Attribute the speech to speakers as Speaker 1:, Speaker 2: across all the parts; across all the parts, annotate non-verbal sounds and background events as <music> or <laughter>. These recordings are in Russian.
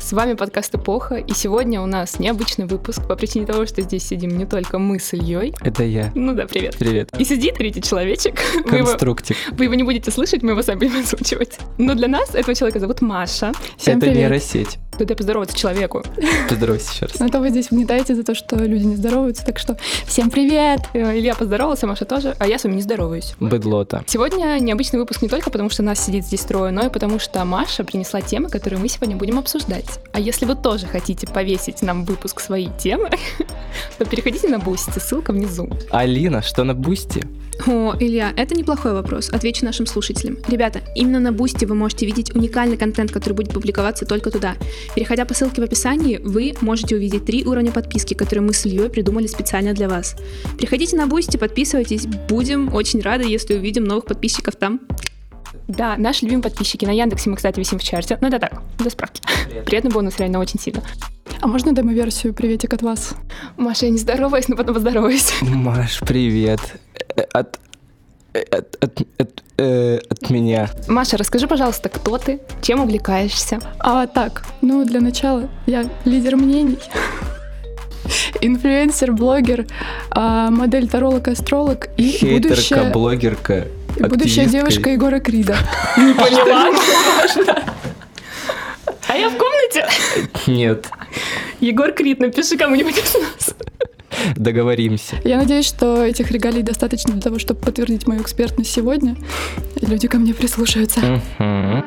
Speaker 1: С вами подкаст «Эпоха», и сегодня у нас необычный выпуск по причине того, что здесь сидим не только мы с Ильей.
Speaker 2: Это я.
Speaker 1: Ну да, привет.
Speaker 2: Привет.
Speaker 1: И сидит третий человечек. Вы его,
Speaker 2: Конструктив.
Speaker 1: вы его не будете слышать, мы его сами будем озвучивать. Но для нас этого человека зовут Маша. Всем
Speaker 2: Это
Speaker 1: привет.
Speaker 2: нейросеть.
Speaker 1: Тут я поздороваться человеку.
Speaker 2: Поздоровайся еще раз.
Speaker 3: А то вы здесь угнетаете за то, что люди не здороваются, так что всем привет!
Speaker 1: Э, Илья поздоровался, Маша тоже, а я с вами не здороваюсь.
Speaker 2: Быдлота.
Speaker 1: Сегодня необычный выпуск не только потому, что нас сидит здесь трое, но и потому, что Маша принесла темы, которые мы сегодня будем обсуждать. А если вы тоже хотите повесить нам в выпуск свои темы, <laughs> то переходите на Boosty, ссылка внизу.
Speaker 2: Алина, что на бусте?
Speaker 3: О, Илья, это неплохой вопрос. Отвечу нашим слушателям. Ребята, именно на Бусти вы можете видеть уникальный контент, который будет публиковаться только туда. Переходя по ссылке в описании, вы можете увидеть три уровня подписки, которые мы с Ильей придумали специально для вас. Приходите на Бусти, подписывайтесь. Будем очень рады, если увидим новых подписчиков там.
Speaker 1: Да, наши любимые подписчики на Яндексе мы, кстати, висим в чарте. Ну это так, для справки. Приятный бонус реально очень сильно.
Speaker 4: А можно демо-версию «Приветик от вас»?
Speaker 1: Маша, я не здороваюсь, но потом поздороваюсь.
Speaker 2: Маш, привет. Э, От... э, От, от, от, э, от меня.
Speaker 1: Маша, расскажи, пожалуйста, кто ты, чем увлекаешься?
Speaker 4: А так, ну для начала я лидер мнений, инфлюенсер, блогер, а, модель таролог, астролог и
Speaker 2: Хейтерка,
Speaker 4: будущая,
Speaker 2: блогерка.
Speaker 4: и
Speaker 2: активистка.
Speaker 4: будущая девушка Егора Крида.
Speaker 1: Поняла? Ну, А я в комнате.
Speaker 2: Нет,
Speaker 1: Егор Крид, напиши кому-нибудь из нас.
Speaker 2: договоримся.
Speaker 4: Я надеюсь, что этих регалий достаточно для того, чтобы подтвердить мою экспертность сегодня. И люди ко мне прислушаются.
Speaker 2: Мгм.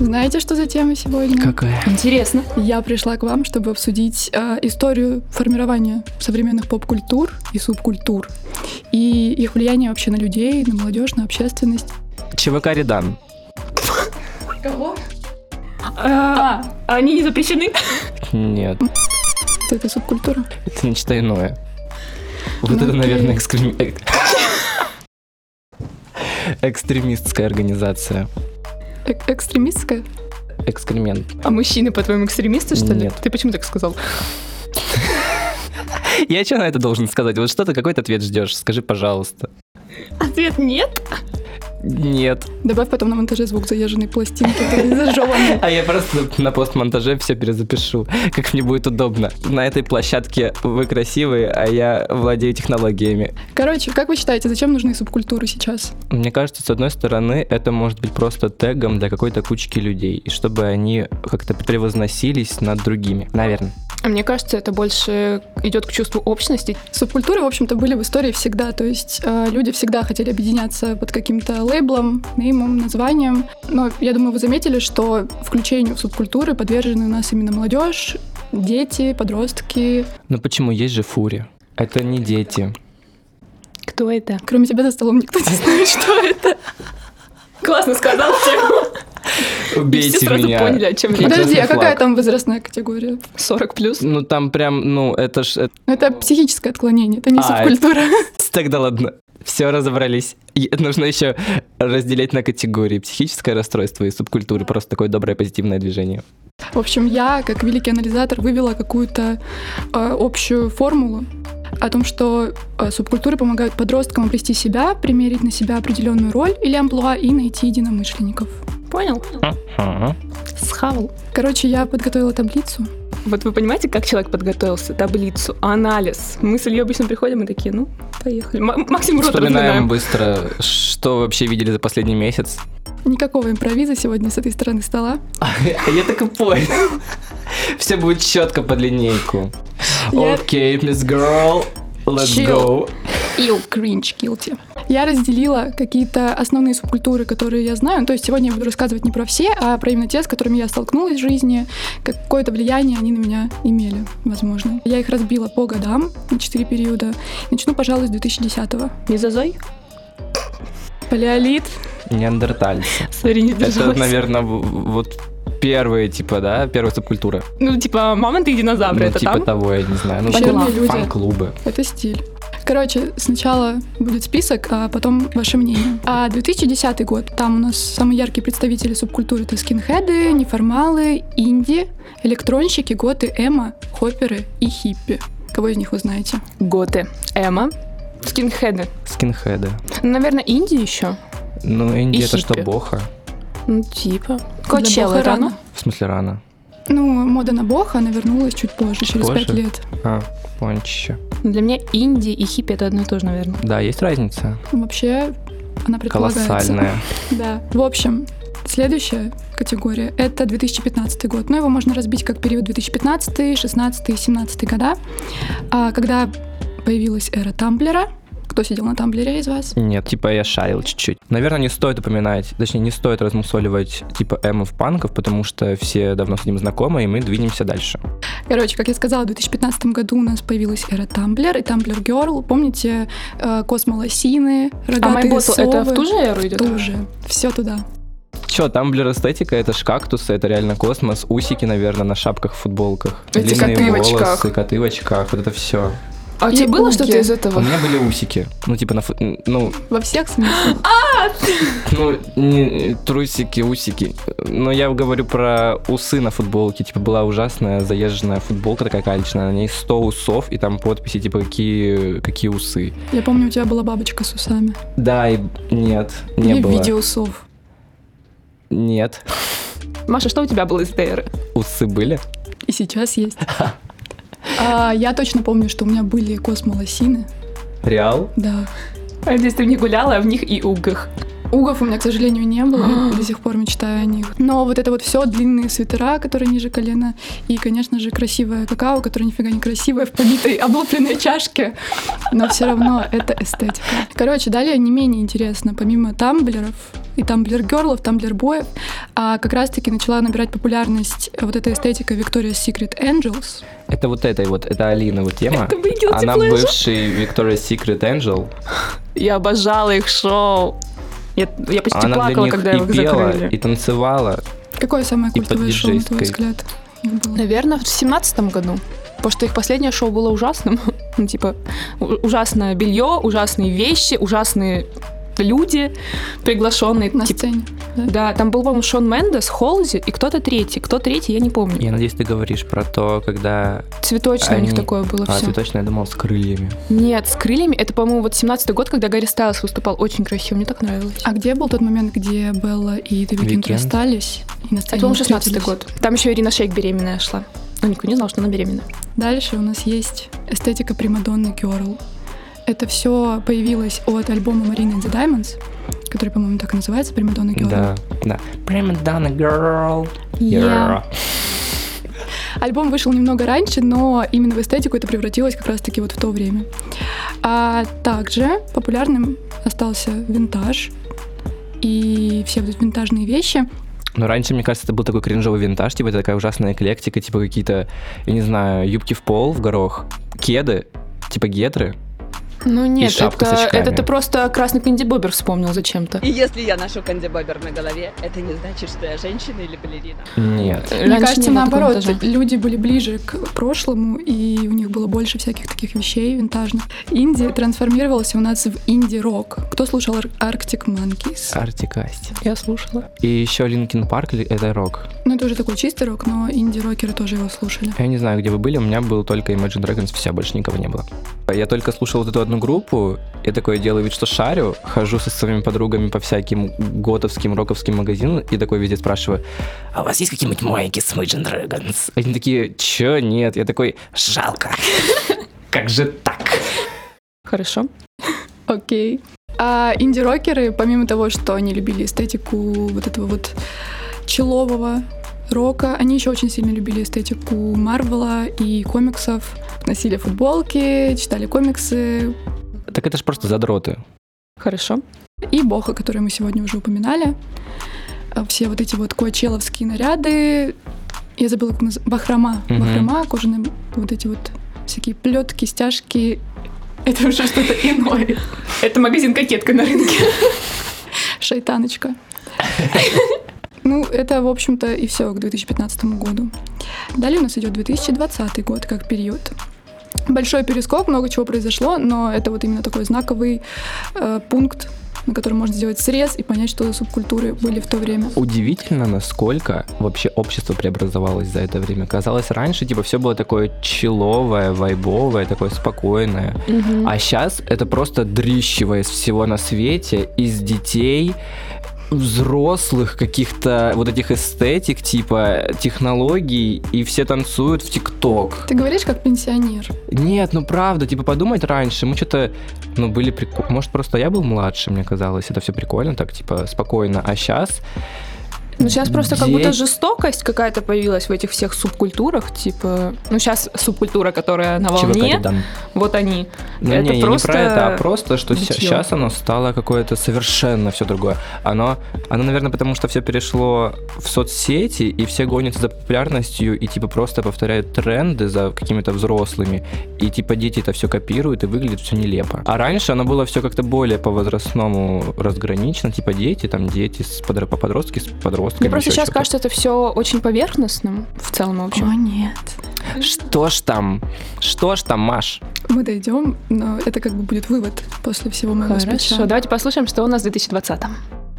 Speaker 4: Знаете, что за тема сегодня?
Speaker 2: Какая?
Speaker 1: Интересно.
Speaker 4: Я пришла к вам, чтобы обсудить э, историю формирования современных поп-культур и субкультур и их влияние вообще на людей, на молодежь, на общественность.
Speaker 2: ЧВК Редан.
Speaker 1: А, Они не запрещены?
Speaker 2: Нет,
Speaker 4: Вот Это субкультура.
Speaker 2: это нечто иное. Вот
Speaker 4: Ну,
Speaker 2: это,
Speaker 4: окей.
Speaker 2: наверное, э, экстрем- эк- <laughs> экстремистская организация.
Speaker 4: Эк- Э-, экстремистская.
Speaker 2: Экскремент.
Speaker 1: А мужчины, по-твоему, экстремисты, что ли?
Speaker 2: Нет.
Speaker 1: Ты почему так сказал?
Speaker 2: Я что на это должен сказать? Вот что ты, какой ты ответ ждешь? Скажи, пожалуйста.
Speaker 1: Ответ нет.
Speaker 2: Нет.
Speaker 4: Добавь потом на монтаже звук заезженной пластинки,
Speaker 2: <laughs>
Speaker 4: который зажеванный.
Speaker 2: А я просто на постмонтаже все перезапишу, как мне будет удобно. На этой площадке вы красивые, а я владею технологиями.
Speaker 4: Короче, как вы считаете, зачем нужны субкультуры сейчас?
Speaker 2: Мне кажется, с одной стороны, это может быть просто тегом для какой-то кучки людей, и чтобы они как-то превозносились над другими. Наверное.
Speaker 1: А мне кажется, это больше идет к чувству общности.
Speaker 4: Субкультуры, в общем-то, были в истории всегда. То есть э, люди всегда хотели объединяться под каким-то лейблом, неймом, названием. Но я думаю, вы заметили, что включению в субкультуры подвержены у нас именно молодежь, дети, подростки.
Speaker 2: Но почему есть же фури? Это не дети.
Speaker 1: Кто это?
Speaker 4: Кроме тебя за столом никто не знает, что это.
Speaker 1: Классно сказал. И все
Speaker 2: Убейте
Speaker 1: сразу
Speaker 2: меня.
Speaker 1: поняли, о чем речь.
Speaker 2: Красный
Speaker 4: Подожди, а какая
Speaker 2: флаг.
Speaker 4: там возрастная категория?
Speaker 1: 40 плюс.
Speaker 2: Ну там прям, ну это ж... э,
Speaker 4: Ну, это психическое отклонение, это не
Speaker 2: А,
Speaker 4: субкультура.
Speaker 2: <laughs> Тогда ладно. Все разобрались. И нужно еще разделять на категории психическое расстройство и субкультуры. Просто такое доброе позитивное движение.
Speaker 4: В общем, я, как великий анализатор, вывела какую-то э, общую формулу о том, что э, субкультуры помогают подросткам обрести себя, примерить на себя определенную роль или амплуа и найти единомышленников.
Speaker 1: Понял?
Speaker 2: Ага.
Speaker 1: Схавал.
Speaker 4: Короче, я подготовила таблицу.
Speaker 1: Вот вы понимаете, как человек подготовился? Таблицу, анализ. Мы с Ильей обычно приходим и такие, ну, поехали. М- максимум рот
Speaker 2: Вспоминаем
Speaker 1: разминаем.
Speaker 2: быстро, что вообще видели за последний месяц.
Speaker 4: Никакого импровиза сегодня с этой стороны стола.
Speaker 2: <laughs> Я так и понял. Все будет четко под линейку.
Speaker 4: Я-
Speaker 2: Окей, мисс girl, let's
Speaker 4: Chill.
Speaker 2: go.
Speaker 4: Ил, кринж, guilty. Я разделила какие-то основные субкультуры, которые я знаю. Ну, То есть сегодня я буду рассказывать не про все, а про именно те, с которыми я столкнулась в жизни. Какое-то влияние они на меня имели, возможно. Я их разбила по годам на четыре периода. Начну, пожалуй, с 2010-го.
Speaker 1: Не зазой?
Speaker 4: Палеолит.
Speaker 2: Неандертальцы.
Speaker 1: Смотри, не
Speaker 2: Это,
Speaker 1: держалась.
Speaker 2: наверное, в- вот первые, типа, да, первая субкультура.
Speaker 1: Ну, типа, мама, ты динозавры,
Speaker 2: Ну,
Speaker 1: это
Speaker 2: типа
Speaker 1: там?
Speaker 2: того, я не знаю. Ну,
Speaker 1: Пчела.
Speaker 2: типа
Speaker 4: Люди.
Speaker 2: фан-клубы.
Speaker 4: Это стиль. Короче, сначала будет список, а потом ваше мнение. А 2010 год, там у нас самые яркие представители субкультуры это скинхеды, неформалы, инди, электронщики, готы, эмо, хопперы и хиппи. Кого из них вы знаете?
Speaker 1: Готы. Эма. Скинхеды.
Speaker 2: Скинхеды.
Speaker 1: Ну, наверное, инди еще.
Speaker 2: Ну,
Speaker 1: И
Speaker 2: инди это что,
Speaker 1: хиппи.
Speaker 2: боха?
Speaker 1: Ну, типа.
Speaker 4: Для Боха
Speaker 1: Кочелла рано.
Speaker 2: В смысле рано?
Speaker 4: Ну, мода на Боха, она вернулась чуть позже, через
Speaker 2: Позже?
Speaker 4: пять лет.
Speaker 2: А, пончище.
Speaker 5: Ну, Для меня инди и хиппи это одно и то же, наверное.
Speaker 2: Да, есть разница.
Speaker 4: Вообще, она предполагается.
Speaker 2: Колоссальная.
Speaker 4: Да. В общем, следующая категория — это 2015 год. Но его можно разбить как период 2015, 16 и 17 года. А когда появилась эра Тамблера, кто сидел на Тамблере из вас?
Speaker 2: Нет, типа я шарил чуть-чуть. Наверное, не стоит упоминать, точнее, не стоит размусоливать типа эмов панков, потому что все давно с ним знакомы, и мы двинемся дальше.
Speaker 4: Короче, как я сказала, в 2015 году у нас появилась эра Тамблер и Тамблер Герл. Помните, э, космолосины,
Speaker 5: А
Speaker 4: рогатые
Speaker 5: MyBottle
Speaker 4: совы?
Speaker 5: это в ту же эру идет?
Speaker 4: Ту же. Все туда.
Speaker 2: Че, тамблер эстетика, это ж кактусы, это реально космос, усики, наверное, на шапках, футболках.
Speaker 1: Эти коты в очках.
Speaker 2: волосы, коты в очках, вот это все.
Speaker 1: А у
Speaker 5: И
Speaker 1: тебя было
Speaker 5: уги.
Speaker 1: что-то из
Speaker 2: У
Speaker 1: этого?
Speaker 2: меня были усики. Ну, типа, на фу- ну,
Speaker 4: Во всех смыслах.
Speaker 2: ну, не- трусики, усики. Но я говорю про усы на футболке. Типа, была ужасная заезженная футболка такая калечная, на ней 100 усов, и там подписи, типа, какие, какие усы.
Speaker 4: Я помню, у тебя была бабочка с усами.
Speaker 2: Да, и нет, не
Speaker 4: и в
Speaker 2: было.
Speaker 4: виде усов.
Speaker 2: Нет.
Speaker 5: Маша, что у тебя было из этой эры?
Speaker 2: Усы были?
Speaker 4: И сейчас есть. А, я точно помню, что у меня были космолосины.
Speaker 2: Реал?
Speaker 4: Да.
Speaker 5: А здесь ты в них гуляла, а в них и угах.
Speaker 4: Угов у меня, к сожалению, не было. Я До сих пор мечтаю о них. Но вот это вот все длинные свитера, которые ниже колена. И, конечно же, красивое какао, которое нифига не красивое, в побитой облупленной чашке. Но все равно это эстетика. Короче, далее не менее интересно. Помимо тамблеров и тамблер-герлов, тамблер-боев, а как раз-таки начала набирать популярность вот эта эстетика Victoria's Secret Angels.
Speaker 2: Это вот этой вот, это Алина вот тема.
Speaker 5: Это мои guilty
Speaker 2: Она
Speaker 5: pleasure.
Speaker 2: бывший Victoria's Secret Angel.
Speaker 5: Я обожала их шоу. Я, я почти
Speaker 2: Она для
Speaker 5: плакала,
Speaker 2: них
Speaker 5: когда
Speaker 2: и
Speaker 5: их
Speaker 2: пела,
Speaker 5: закрыли.
Speaker 2: и танцевала.
Speaker 4: Какое самое
Speaker 2: И под
Speaker 4: культовое шоу, на твой
Speaker 2: диджейской.
Speaker 4: взгляд? их было?
Speaker 5: Э,
Speaker 1: Наверное, в семнадцатом году.
Speaker 5: Потому что их последнее шоу было ужасным. <laughs> Ну, типа, у- ужасное белье, ужасные вещи, ужасные люди, приглашенные.
Speaker 4: На
Speaker 5: типа.
Speaker 4: сцене.
Speaker 5: Да, там был, по-моему, Шон Мендес, Холзи и кто-то третий. Кто третий, я не помню.
Speaker 2: Я надеюсь, ты говоришь про то, когда...
Speaker 5: Цветочное у них
Speaker 2: Они-
Speaker 5: такое было
Speaker 2: А,
Speaker 5: все.
Speaker 2: цветочная, я думал, с крыльями.
Speaker 5: Нет, с крыльями. Это, по-моему, вот 17-й год, когда Гарри Стайлс выступал. Очень красиво, мне так нравилось.
Speaker 4: А где был тот момент, где Белла и The Weeknd
Speaker 2: Weeknd.
Speaker 4: расстались? И на
Speaker 5: Это,
Speaker 4: сцене
Speaker 5: по-моему, 16-й
Speaker 4: встретились?
Speaker 5: год. Там еще Ирина Шейк беременная шла. Но никто не знал, что она беременна.
Speaker 4: Дальше у нас есть эстетика Примадонны Girl. Это все появилось от альбома Марины and the Diamonds, который, по-моему, так и называется, Примадонна Girl.
Speaker 2: Да, да. Прямо Donna Girl.
Speaker 4: Я- Альбом вышел немного раньше, но именно в эстетику это превратилось как раз-таки вот в то время. А также популярным остался винтаж и все вот эти винтажные вещи.
Speaker 2: Но Ну, раньше, мне кажется, это был такой кринжовый винтаж, типа это такая ужасная эклектика, типа какие-то, я не знаю, юбки в пол, в горох, кеды, типа гетры.
Speaker 5: Ну нет,
Speaker 2: шапка с
Speaker 5: это,
Speaker 2: очками.
Speaker 5: это ты просто красный кандибобер вспомнил зачем-то.
Speaker 6: И если я ношу кандибобер на голове, это не значит, что я женщина или балерина.
Speaker 2: Нет.
Speaker 5: Раньше
Speaker 4: Мне кажется,
Speaker 5: не было такого
Speaker 4: наоборот,
Speaker 5: даже.
Speaker 4: люди были ближе к прошлому, и у них было больше всяких таких вещей винтажных. Инди трансформировался у нас в инди-рок. Кто слушал Ар- Arctic Monkeys?
Speaker 5: А.
Speaker 2: Артикасти.
Speaker 5: Я слушала.
Speaker 2: И еще Линкин Парк, ли- это рок.
Speaker 4: Ну, это уже такой чистый рок, но инди-рокеры тоже его слушали.
Speaker 2: Я не знаю, где вы были, у меня был только Imagine Dragons, все, больше никого не было. Я только слушал вот эту одну группу, я такой делаю вид, что шарю, хожу со своими подругами по всяким готовским, роковским магазинам и такой везде спрашиваю, а у вас есть какие-нибудь майки с Imagine Dragons? Они такие, чё, нет? Я такой, жалко. <laughs> Как же так?
Speaker 5: Хорошо.
Speaker 4: Окей. А инди-рокеры, помимо того, что они любили эстетику вот этого вот челового рока, они еще очень сильно любили эстетику Марвела и комиксов. Носили футболки, читали комиксы,
Speaker 2: Так это же просто задроты.
Speaker 5: Хорошо.
Speaker 4: и Боха, который мы сегодня уже упоминали. А Все вот эти вот кочеловские наряды. Я забыла, как называется. Бахрома.
Speaker 2: Мгм.
Speaker 4: Бахрома, кожаные вот эти вот всякие плетки, стяжки. Это уже что-то иное.
Speaker 5: Это магазин кокетка на рынке.
Speaker 4: Шайтаночка. <laughs> Ну, это, в общем-то, и все к 2015 году. Далее у нас идет 2020 год как период. Большой перескок, много чего произошло, но это вот именно такой знаковый э, пункт, на котором можно сделать срез и понять, что за субкультуры были в то время.
Speaker 2: Удивительно, насколько вообще общество преобразовалось за это время. Казалось, раньше типа все было такое человое, вайбовое, такое спокойное. А сейчас это просто дрищево из всего на свете, из детей, взрослых каких-то вот этих эстетик, типа технологий, и все танцуют в ТикТок.
Speaker 4: Ты говоришь как пенсионер.
Speaker 2: Нет, ну правда, типа подумать раньше, мы что-то, ну были прикольные, может просто я был младше, мне казалось, это все прикольно, так типа спокойно, а сейчас...
Speaker 1: Ну, сейчас просто как будто
Speaker 2: дети-
Speaker 1: жестокость какая-то появилась в этих всех субкультурах, типа... Ну, сейчас субкультура, которая на
Speaker 2: ЧВК
Speaker 1: волне,
Speaker 2: рядом.
Speaker 1: вот они.
Speaker 2: Ну,
Speaker 1: Это
Speaker 2: не, я
Speaker 1: просто
Speaker 2: не про это, а просто, что
Speaker 1: бытьё.
Speaker 2: сейчас оно стало какое-то совершенно все другое. Оно, оно, наверное, потому что все перешло в соцсети, и все гонятся за популярностью, и типа просто повторяют тренды за какими-то взрослыми, и типа дети это все копируют, и выглядит все нелепо. А раньше оно было все как-то более по-возрастному разгранично, типа дети, там дети, с подро- подростки с подростками.
Speaker 1: Мне просто
Speaker 2: ещё
Speaker 1: сейчас
Speaker 2: что-то.
Speaker 1: кажется это все очень поверхностным в целом, в общем.
Speaker 4: нет.
Speaker 2: Что ж там? Что ж там, Маш?
Speaker 4: Мы дойдем, но это как бы будет вывод после всего моего
Speaker 1: Хорошо,
Speaker 4: спича.
Speaker 1: давайте послушаем, что у нас в 2020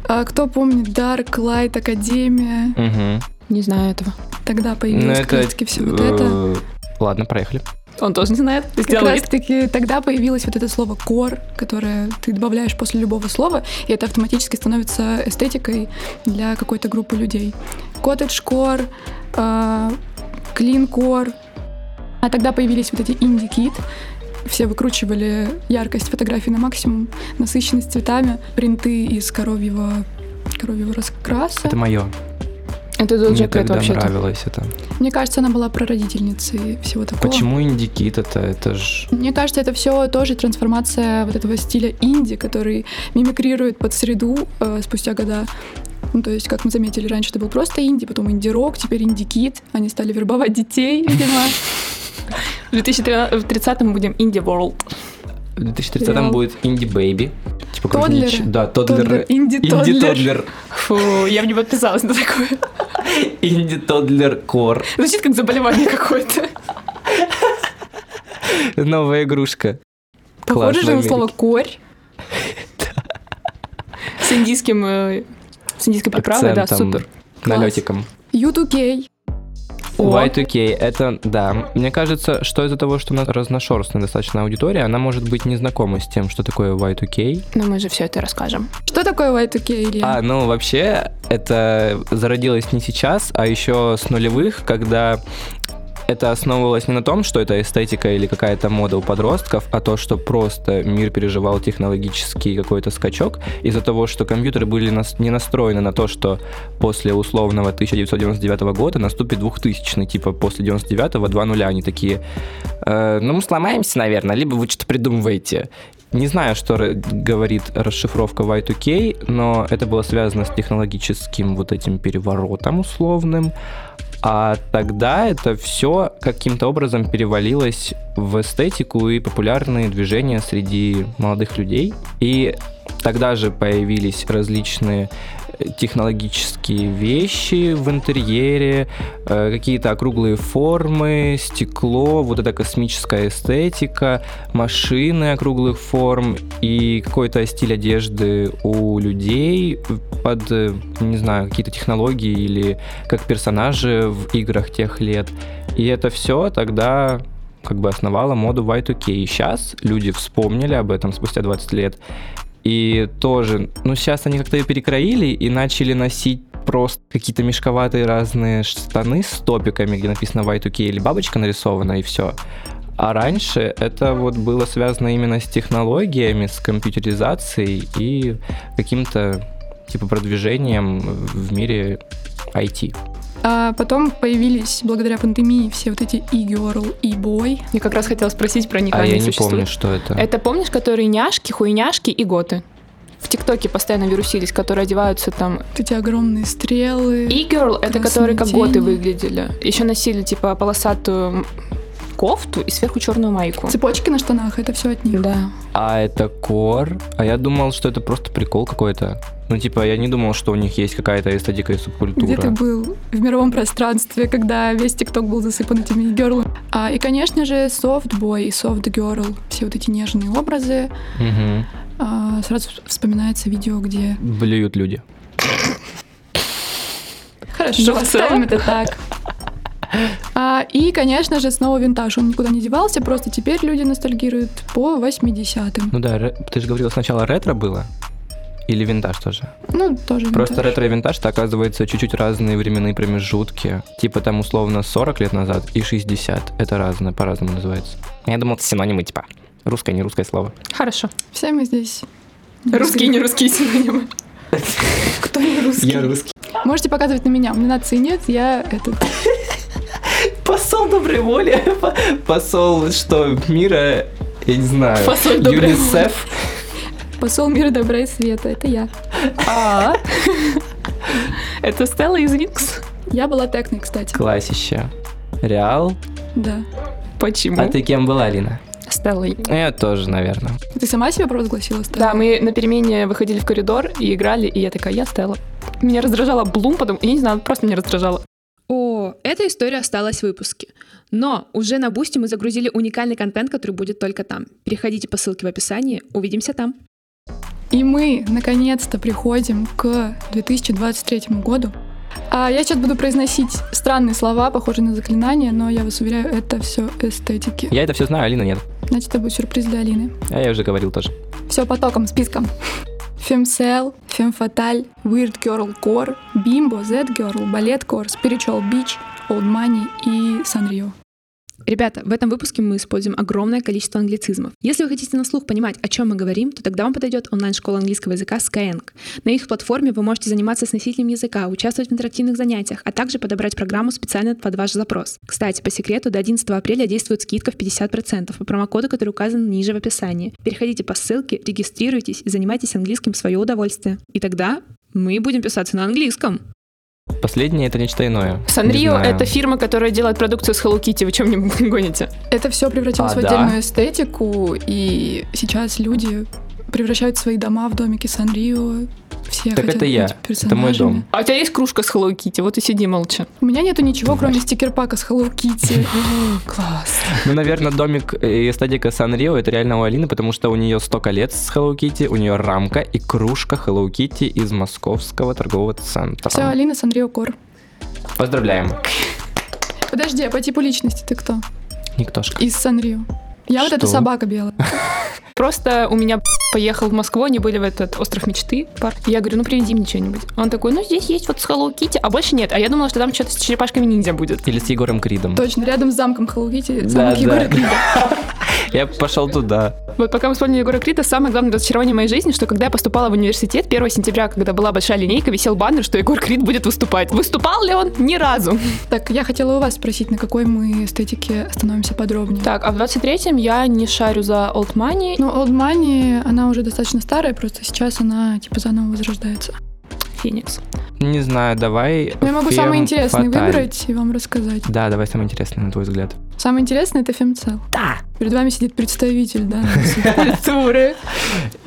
Speaker 4: А кто помнит Dark Light Академия?
Speaker 2: Мгм.
Speaker 1: Не знаю этого.
Speaker 4: Тогда
Speaker 2: Ну,
Speaker 4: появилось как
Speaker 2: это...
Speaker 4: раз-таки все вот это.
Speaker 2: э, Ладно, проехали.
Speaker 1: Он тоже не знает.
Speaker 4: Как
Speaker 1: Сделай.
Speaker 4: раз таки тогда появилось вот это слово кор, которое ты добавляешь после любого слова, и это автоматически становится эстетикой для какой-то группы людей. Коттедж кор, а, клин кор. А тогда появились вот эти инди-кит, все выкручивали яркость фотографий на максимум, насыщенность цветами, принты из коровьего, коровьего раскраса.
Speaker 2: Это мое.
Speaker 1: Это
Speaker 2: Мне
Speaker 1: Доджа Кэт
Speaker 2: тогда
Speaker 1: вообще-то.
Speaker 2: нравилось это.
Speaker 4: Мне кажется, она была прародительницей всего такого.
Speaker 2: Почему индикит это? Это ж...
Speaker 4: Мне кажется, это все тоже трансформация вот этого стиля инди, который мимикрирует под среду э, спустя года. Ну, то есть, как мы заметили, раньше это был просто инди, потом инди-рок, теперь инди-кит. Они стали вербовать детей, видимо.
Speaker 1: В 2030 мы будем Indie World.
Speaker 2: В 2030
Speaker 4: Сериал.
Speaker 2: будет инди-бейби. Типа
Speaker 4: Тодлеры.
Speaker 2: крутнич- Да, тодлеры.
Speaker 4: Инди-тодлер.
Speaker 2: Инди-тодлер.
Speaker 1: Фу, я бы не подписалась на такое.
Speaker 2: Инди-тодлер кор.
Speaker 1: Звучит как <laughs> заболевание какое-то.
Speaker 2: Новая игрушка.
Speaker 1: Похоже
Speaker 2: Класс,
Speaker 1: же на
Speaker 2: в
Speaker 1: слово
Speaker 2: Америке.
Speaker 1: «корь».
Speaker 2: <laughs>
Speaker 1: С индийским... э, С индийской приправой, да,
Speaker 2: Акцентом,
Speaker 1: супер.
Speaker 2: Налетиком.
Speaker 4: U2K.
Speaker 1: О.
Speaker 2: Y2K, это, да, мне кажется, что из-за того, что у нас разношерстная достаточно аудитория, она может быть не знакома с тем, что такое Y2K.
Speaker 1: Но мы же все это расскажем.
Speaker 4: Что такое Y2K, Илья?
Speaker 2: А, ну вообще, это зародилось не сейчас, а еще с нулевых, когда это основывалось не на том, что это эстетика или какая-то мода у подростков, а то, что просто мир переживал технологический какой-то скачок из-за того, что компьютеры были нас- не настроены на то, что после условного 1999 года наступит 2000 типа после 99-го два нуля, они такие, «Э, ну мы сломаемся, наверное, либо вы что-то придумываете. Не знаю, что ра- говорит расшифровка Y2K, но это было связано с технологическим вот этим переворотом условным. А тогда это все каким-то образом перевалилось в эстетику и популярные движения среди молодых людей. И тогда же появились различные э, технологические вещи в интерьере, э, какие-то округлые формы, стекло, вот эта космическая эстетика, машины округлых форм и какой-то стиль одежды у людей под, э, не знаю, какие-то технологии или как персонажи в играх тех лет. И это все тогда как бы основало моду Y2K. И сейчас люди вспомнили об этом спустя 20 лет. И тоже, ну сейчас они как-то ее перекроили и начали носить просто какие-то мешковатые разные штаны с топиками, где написано Y2K или бабочка нарисована и все. А раньше это вот было связано именно с технологиями, с компьютеризацией и каким-то типа продвижением в мире IT.
Speaker 4: А потом появились благодаря пандемии все вот эти и girl, и boy.
Speaker 1: Я как раз хотела спросить про них,
Speaker 2: а
Speaker 1: они
Speaker 2: я не
Speaker 1: существуют?
Speaker 2: помню, что это.
Speaker 1: Это помнишь, которые няшки, хуйняшки и готы? В ТикТоке постоянно вирусились, которые одеваются там.
Speaker 4: Вот эти огромные стрелы.
Speaker 1: И girl это
Speaker 4: Красные
Speaker 1: которые как
Speaker 4: тени.
Speaker 1: готы выглядели. Еще носили типа полосатую кофту и сверху черную майку.
Speaker 4: Цепочки на штанах, это все от них.
Speaker 1: Да.
Speaker 2: А это кор? А я думал, что это просто прикол какой-то. Ну, типа, я не думал, что у них есть какая-то эстетика и
Speaker 4: Где ты
Speaker 2: субкультура.
Speaker 4: был в мировом пространстве, когда весь ТикТок был засыпан этими герлами? А, и, конечно же, софтбой и софт-герл. Все вот эти нежные образы.
Speaker 2: Мгм.
Speaker 4: А, сразу вспоминается видео, где...
Speaker 2: Блюют люди.
Speaker 4: Хорошо,
Speaker 1: Ну, в
Speaker 4: оставим
Speaker 1: целом-
Speaker 4: это так. А, и, конечно же, снова винтаж. Он никуда не девался, просто теперь люди ностальгируют по 80-м.
Speaker 2: Ну да, ре- ты же говорила, сначала ретро было, Или винтаж тоже?
Speaker 4: Ну, тоже. не
Speaker 2: Просто
Speaker 4: так.
Speaker 2: ретро и винтаж, это оказывается чуть-чуть разные временные промежутки. Типа там условно 40 лет назад и 60. Это разное, по-разному называется. Я думал, это синонимы типа. Русское, не русское слово.
Speaker 1: Хорошо.
Speaker 4: Все мы здесь.
Speaker 1: Русские, не русские синонимы.
Speaker 4: Кто не русский?
Speaker 2: Я русский.
Speaker 4: Можете показывать на меня. У меня нации нет, я этот.
Speaker 2: Посол доброй воли. <laughs> Посол что, мира, я не знаю.
Speaker 1: Посол доброй воли.
Speaker 2: ЮНИСЕФ.
Speaker 4: Посол мира, добра и света. Это я.
Speaker 2: А?
Speaker 1: <laughs> Это Стелла из Винкс.
Speaker 4: Я была техной, кстати.
Speaker 2: Классище. Реал.
Speaker 4: Да.
Speaker 1: Почему?
Speaker 2: А ты кем была, Алина?
Speaker 1: Стеллой.
Speaker 2: Я тоже, наверное.
Speaker 4: Ты сама себя провозгласила? Стас?
Speaker 1: Да, мы на перемене выходили в коридор и играли, и я такая, я Стелла. Меня раздражала Блум, потом, я не знаю, просто меня раздражала.
Speaker 3: О, эта история осталась в выпуске. Но уже на Бусти мы загрузили уникальный контент, который будет только там. Переходите по ссылке в описании. Увидимся там.
Speaker 4: И мы, наконец-то, приходим к 2023 году. А я сейчас буду произносить странные слова, похожие на заклинания, но я вас уверяю, это все эстетики.
Speaker 2: Я это все знаю, Алина нет.
Speaker 4: Значит, это будет сюрприз для Алины.
Speaker 2: А я уже говорил тоже.
Speaker 4: Все потоком, списком. Femcell, Femfatal, Weird Girl Core, Bimbo, Z-Girl, Ballet Core, Spiritual Beach, Old Money и Sanrio.
Speaker 3: Ребята, в этом выпуске мы используем огромное количество англицизмов. Если вы хотите на слух понимать, о чем мы говорим, то тогда вам подойдет онлайн-школа английского языка Skyeng. На их платформе вы можете заниматься с носителем языка, участвовать в интерактивных занятиях, а также подобрать программу специально под ваш запрос. Кстати, по секрету, до 11 апреля действует скидка в 50% по промокоду, который указан ниже в описании. Переходите по ссылке, регистрируйтесь и занимайтесь английским в свое удовольствие. И тогда мы будем писаться на английском.
Speaker 2: Последнее это нечто иное. Не
Speaker 1: Санрио —
Speaker 2: знаю.
Speaker 1: это фирма, которая делает продукцию с Hello Kitty, вы чем не <laughs> гоните?
Speaker 4: Это все превратилось
Speaker 2: А,
Speaker 4: в
Speaker 2: да?
Speaker 4: отдельную эстетику, и сейчас люди превращают свои дома в домики Санрио. Все
Speaker 2: Так
Speaker 4: хотят
Speaker 2: это я.
Speaker 4: быть
Speaker 2: Это мой дом.
Speaker 4: <laughs> персонажами.
Speaker 1: А у тебя есть кружка с Hello Kitty, вот и сиди молча.
Speaker 4: У меня нету ничего, кроме стикер-пака с Hello
Speaker 2: <laughs>
Speaker 4: Kitty. Класс.
Speaker 2: Ну, наверное, домик и эстетика Санрио это реально у Алины, потому что у нее 100 колец с Hello Kitty, у нее рамка и кружка Hello Kitty из московского торгового центра.
Speaker 4: Все, Алина Санрио Кор.
Speaker 2: Поздравляем.
Speaker 4: Подожди, а по типу личности ты кто?
Speaker 2: Никтошка.
Speaker 4: Из Санрио. Я вот
Speaker 2: Что?
Speaker 4: эта
Speaker 2: <laughs>
Speaker 4: собака белая.
Speaker 1: Просто у меня поехал в Москву, они были в этот остров мечты, парк. И Я говорю, ну привези мне что-нибудь. Он такой, ну здесь есть вот с Hello Kitty, а больше нет. А я думала, что там что-то с черепашками ниндзя будет.
Speaker 2: Или с Егором Кридом.
Speaker 4: Точно, рядом с замком Hello Kitty,
Speaker 2: Да,
Speaker 4: замок Егора
Speaker 2: да.
Speaker 4: Крида.
Speaker 2: <laughs> Я пошел туда.
Speaker 1: Вот пока мы вспомнили Егора Крита, самое главное разочарование моей жизни, что когда я поступала в университет 1 сентября, когда была большая линейка, висел баннер, что Егор Крит будет выступать. Выступал ли он? Ни разу.
Speaker 4: Так, я хотела у вас спросить, на какой мы эстетике остановимся подробнее.
Speaker 1: Так, а в 23-м я не шарю за Old Money.
Speaker 4: Ну, Old Money, она уже достаточно старая, просто сейчас она типа заново возрождается.
Speaker 1: Феникс.
Speaker 2: Не знаю, давай.
Speaker 4: Но Ну, я могу
Speaker 2: Femme
Speaker 4: самый интересный
Speaker 2: Fatale.
Speaker 4: выбрать и вам рассказать.
Speaker 2: Да, давай самый интересный, на твой взгляд.
Speaker 4: Самый интересный это фемцел. Да. Перед вами сидит представитель, <laughs> да, культуры.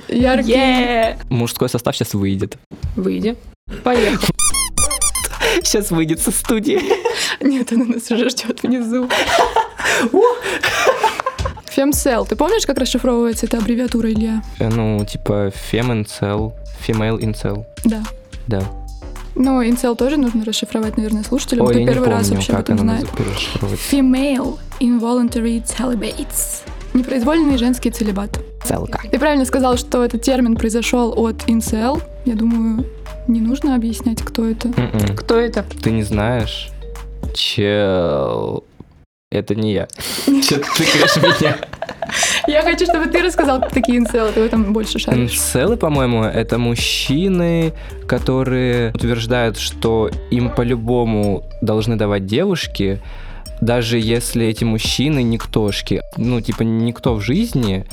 Speaker 4: Яркий.
Speaker 1: Е-е-е.
Speaker 2: Мужской состав сейчас выйдет.
Speaker 1: Выйди. Поехали.
Speaker 2: Сейчас выйдет со студии.
Speaker 4: Нет, она нас уже ждет внизу. Фемсел. Ты помнишь, как расшифровывается эта аббревиатура, Илья?
Speaker 2: Э, Ну, типа, fem incel, female incel.
Speaker 4: Да.
Speaker 2: Да.
Speaker 4: Ну, инцел тоже нужно расшифровать, наверное, слушателям.
Speaker 2: Ой,
Speaker 4: Кто
Speaker 2: я не
Speaker 4: первый раз
Speaker 2: помню,
Speaker 4: вообще об
Speaker 2: как
Speaker 4: этом
Speaker 2: она
Speaker 4: знает.
Speaker 2: называется.
Speaker 4: Female involuntary celibates. Непроизвольный женский целебат.
Speaker 2: Целка.
Speaker 4: Ты правильно сказал, что этот термин произошел от инцел. Я думаю, не нужно объяснять, кто это.
Speaker 2: М-м.
Speaker 1: Кто это?
Speaker 2: Ты не знаешь? Чел. Это не я. Че ты тыкаешь
Speaker 4: <laughs>
Speaker 2: меня?
Speaker 4: Я хочу, чтобы ты рассказал, кто такие инцелы. Ты в этом больше шаришь.
Speaker 2: Инцелы, по-моему, это мужчины, которые утверждают, что им по-любому должны давать девушки, даже если эти мужчины никтошки. Ну, типа, никто в жизни,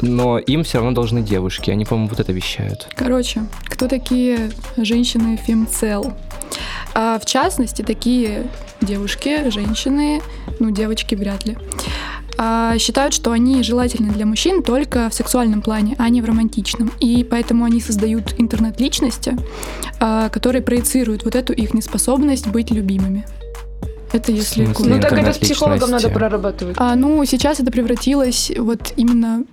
Speaker 2: но им все равно должны девушки. Они, по-моему, вот это вещают.
Speaker 4: Короче, кто такие женщины фемцел? А в частности, такие девушки, женщины, ну, девочки вряд ли, а, считают, что они желательны для мужчин только в сексуальном плане, а не в романтичном. И поэтому они создают интернет-личности, а, которые проецируют вот эту их неспособность быть любимыми. Это если...
Speaker 2: смысле?
Speaker 4: коротко.
Speaker 1: Ну так это с
Speaker 2: Интернет-личности.
Speaker 1: психологом надо прорабатывать.
Speaker 4: А, ну, сейчас это превратилось вот именно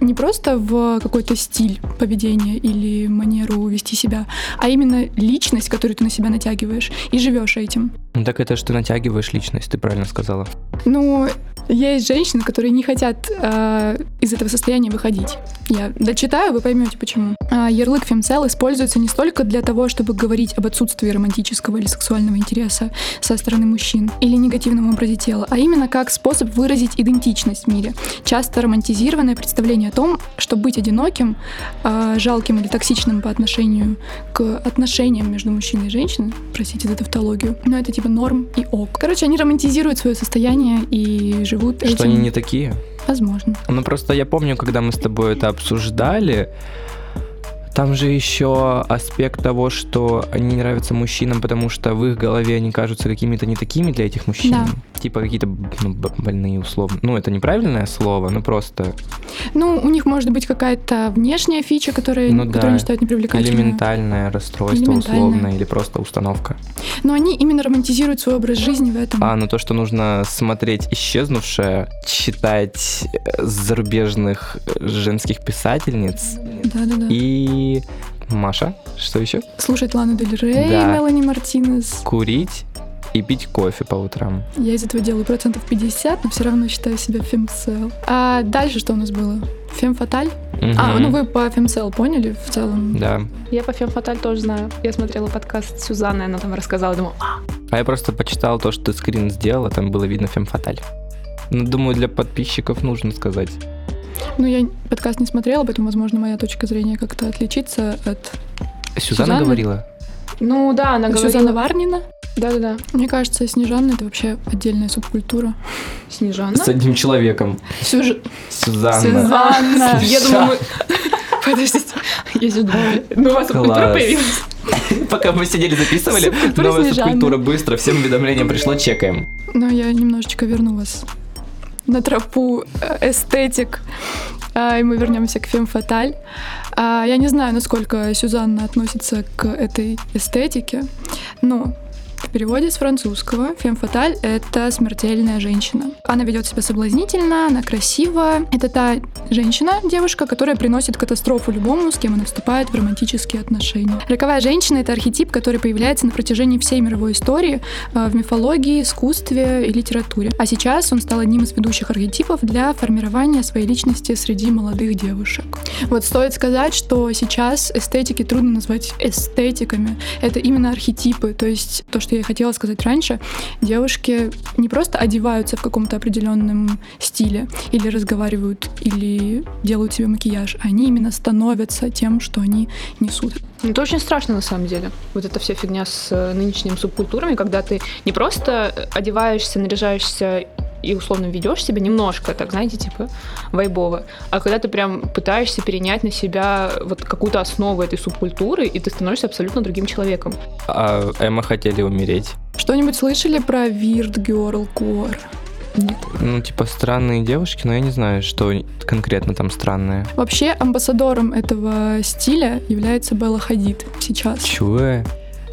Speaker 4: не просто в какой-то стиль поведения или манеру вести себя, а именно личность, которую ты на себя натягиваешь и живешь этим.
Speaker 2: Ну, так это же ты натягиваешь личность, ты правильно сказала.
Speaker 4: Ну, есть женщины, которые не хотят э, из этого состояния выходить. Я дочитаю, вы поймете почему. А, ярлык фемцел используется не столько для того, чтобы говорить об отсутствии романтического или сексуального интереса со стороны мужчин или негативном образе тела, а именно как способ выразить идентичность в мире. Часто романтизированное представление о том, что быть одиноким, э, жалким или токсичным по отношению к отношениям между мужчиной и женщиной, простите за тавтологию, но это типа норм и ок. Короче, они романтизируют свое состояние и живут
Speaker 2: Что
Speaker 4: этим.
Speaker 2: они не такие?
Speaker 4: Возможно.
Speaker 2: Ну просто я помню, когда мы с тобой это обсуждали, там же еще аспект того, что они не нравятся мужчинам, потому что в их голове они кажутся какими-то не такими для этих мужчин. Типа какие-то ну, б- больные условно. Ну, это неправильное слово, но просто
Speaker 4: Ну, у них может быть какая-то внешняя фича, которая,
Speaker 2: Ну да,
Speaker 4: которую они считают непривлекательной.
Speaker 2: элементальное расстройство
Speaker 4: Элементальное.
Speaker 2: условно или просто установка.
Speaker 4: Но они именно романтизируют свой образ жизни в этом.
Speaker 2: А на то, что нужно смотреть исчезнувшее, читать э, зарубежных э, женских писательниц.
Speaker 4: Да-да-да.
Speaker 2: И Маша, что еще?
Speaker 4: Слушать Лану Дель Рей,
Speaker 2: Да.
Speaker 4: Мелани Мартинес.
Speaker 2: Курить и пить кофе по утрам.
Speaker 4: Я из этого делаю процентов 50, но все равно считаю себя фемцел. А дальше что у нас было? Фемфаталь? А,
Speaker 2: Мгм.
Speaker 4: ну вы по фемцел поняли в целом?
Speaker 2: Да.
Speaker 1: Я по Фемфаталь тоже знаю. Я смотрела подкаст Сюзанны, она там рассказала, думаю, «А,
Speaker 2: А я просто почитал то, что ты скрин сделала, там было видно фемфаталь. Ну, думаю, для подписчиков нужно сказать.
Speaker 4: Ну, я подкаст не смотрела, поэтому, возможно, моя точка зрения как-то отличится от
Speaker 2: Сюзанна,
Speaker 1: Сюзанна?
Speaker 2: говорила?
Speaker 1: ну да, она
Speaker 4: Сюзанна
Speaker 1: говорила.
Speaker 4: Варнина.
Speaker 1: Да-да-да.
Speaker 4: Мне кажется, Снежана — это вообще отдельная субкультура.
Speaker 1: Снежана.
Speaker 2: одним человеком.
Speaker 4: Сюж-
Speaker 2: Сюзанна.
Speaker 4: Сюзанна!
Speaker 1: Я думаю, мы... Подождите. Я сейчас думаю, ну у вас культура
Speaker 2: Класс.
Speaker 1: появилась.
Speaker 2: <laughs> Пока мы сидели записывали,
Speaker 4: Субкультура
Speaker 2: новая
Speaker 4: Снежаны.
Speaker 2: субкультура быстро, всем уведомление пришло, чекаем.
Speaker 4: Но я немножечко верну вас на тропу э, эстетик. А, И мы вернемся к фемфаталь. А, Я не знаю, насколько Сюзанна относится к этой эстетике, но в переводе с французского фемфаталь — это смертельная женщина. Она ведет себя соблазнительно, она красива. Это та женщина, девушка, которая приносит катастрофу любому, с кем она вступает в романтические отношения. Роковая женщина — это архетип, который появляется на протяжении всей мировой истории, э, в мифологии, искусстве и литературе. А сейчас он стал одним из ведущих архетипов для формирования своей личности среди молодых девушек. Вот стоит сказать, что сейчас эстетики трудно назвать эстетиками. Это именно архетипы. То есть то, что я и хотела сказать раньше, девушки не просто одеваются в каком-то определенном стиле или разговаривают, или делают себе макияж. Они именно становятся тем, что они несут.
Speaker 1: Ну, Это очень страшно на самом деле. Вот эта вся фигня с э, нынешними субкультурами, когда ты не просто э, одеваешься, наряжаешься и условно ведешь себя немножко, так знаете, типа вайбово, а когда ты прям пытаешься перенять на себя э, вот какую-то основу этой субкультуры, и ты становишься абсолютно другим человеком.
Speaker 2: А Эмма хотели умереть.
Speaker 4: Что-нибудь слышали про Weird Girl Core?
Speaker 2: Ну, типа, странные девушки, но я не знаю, что конкретно там странное.
Speaker 4: Вообще амбассадором этого стиля является Белла Хадид сейчас.
Speaker 2: Чего?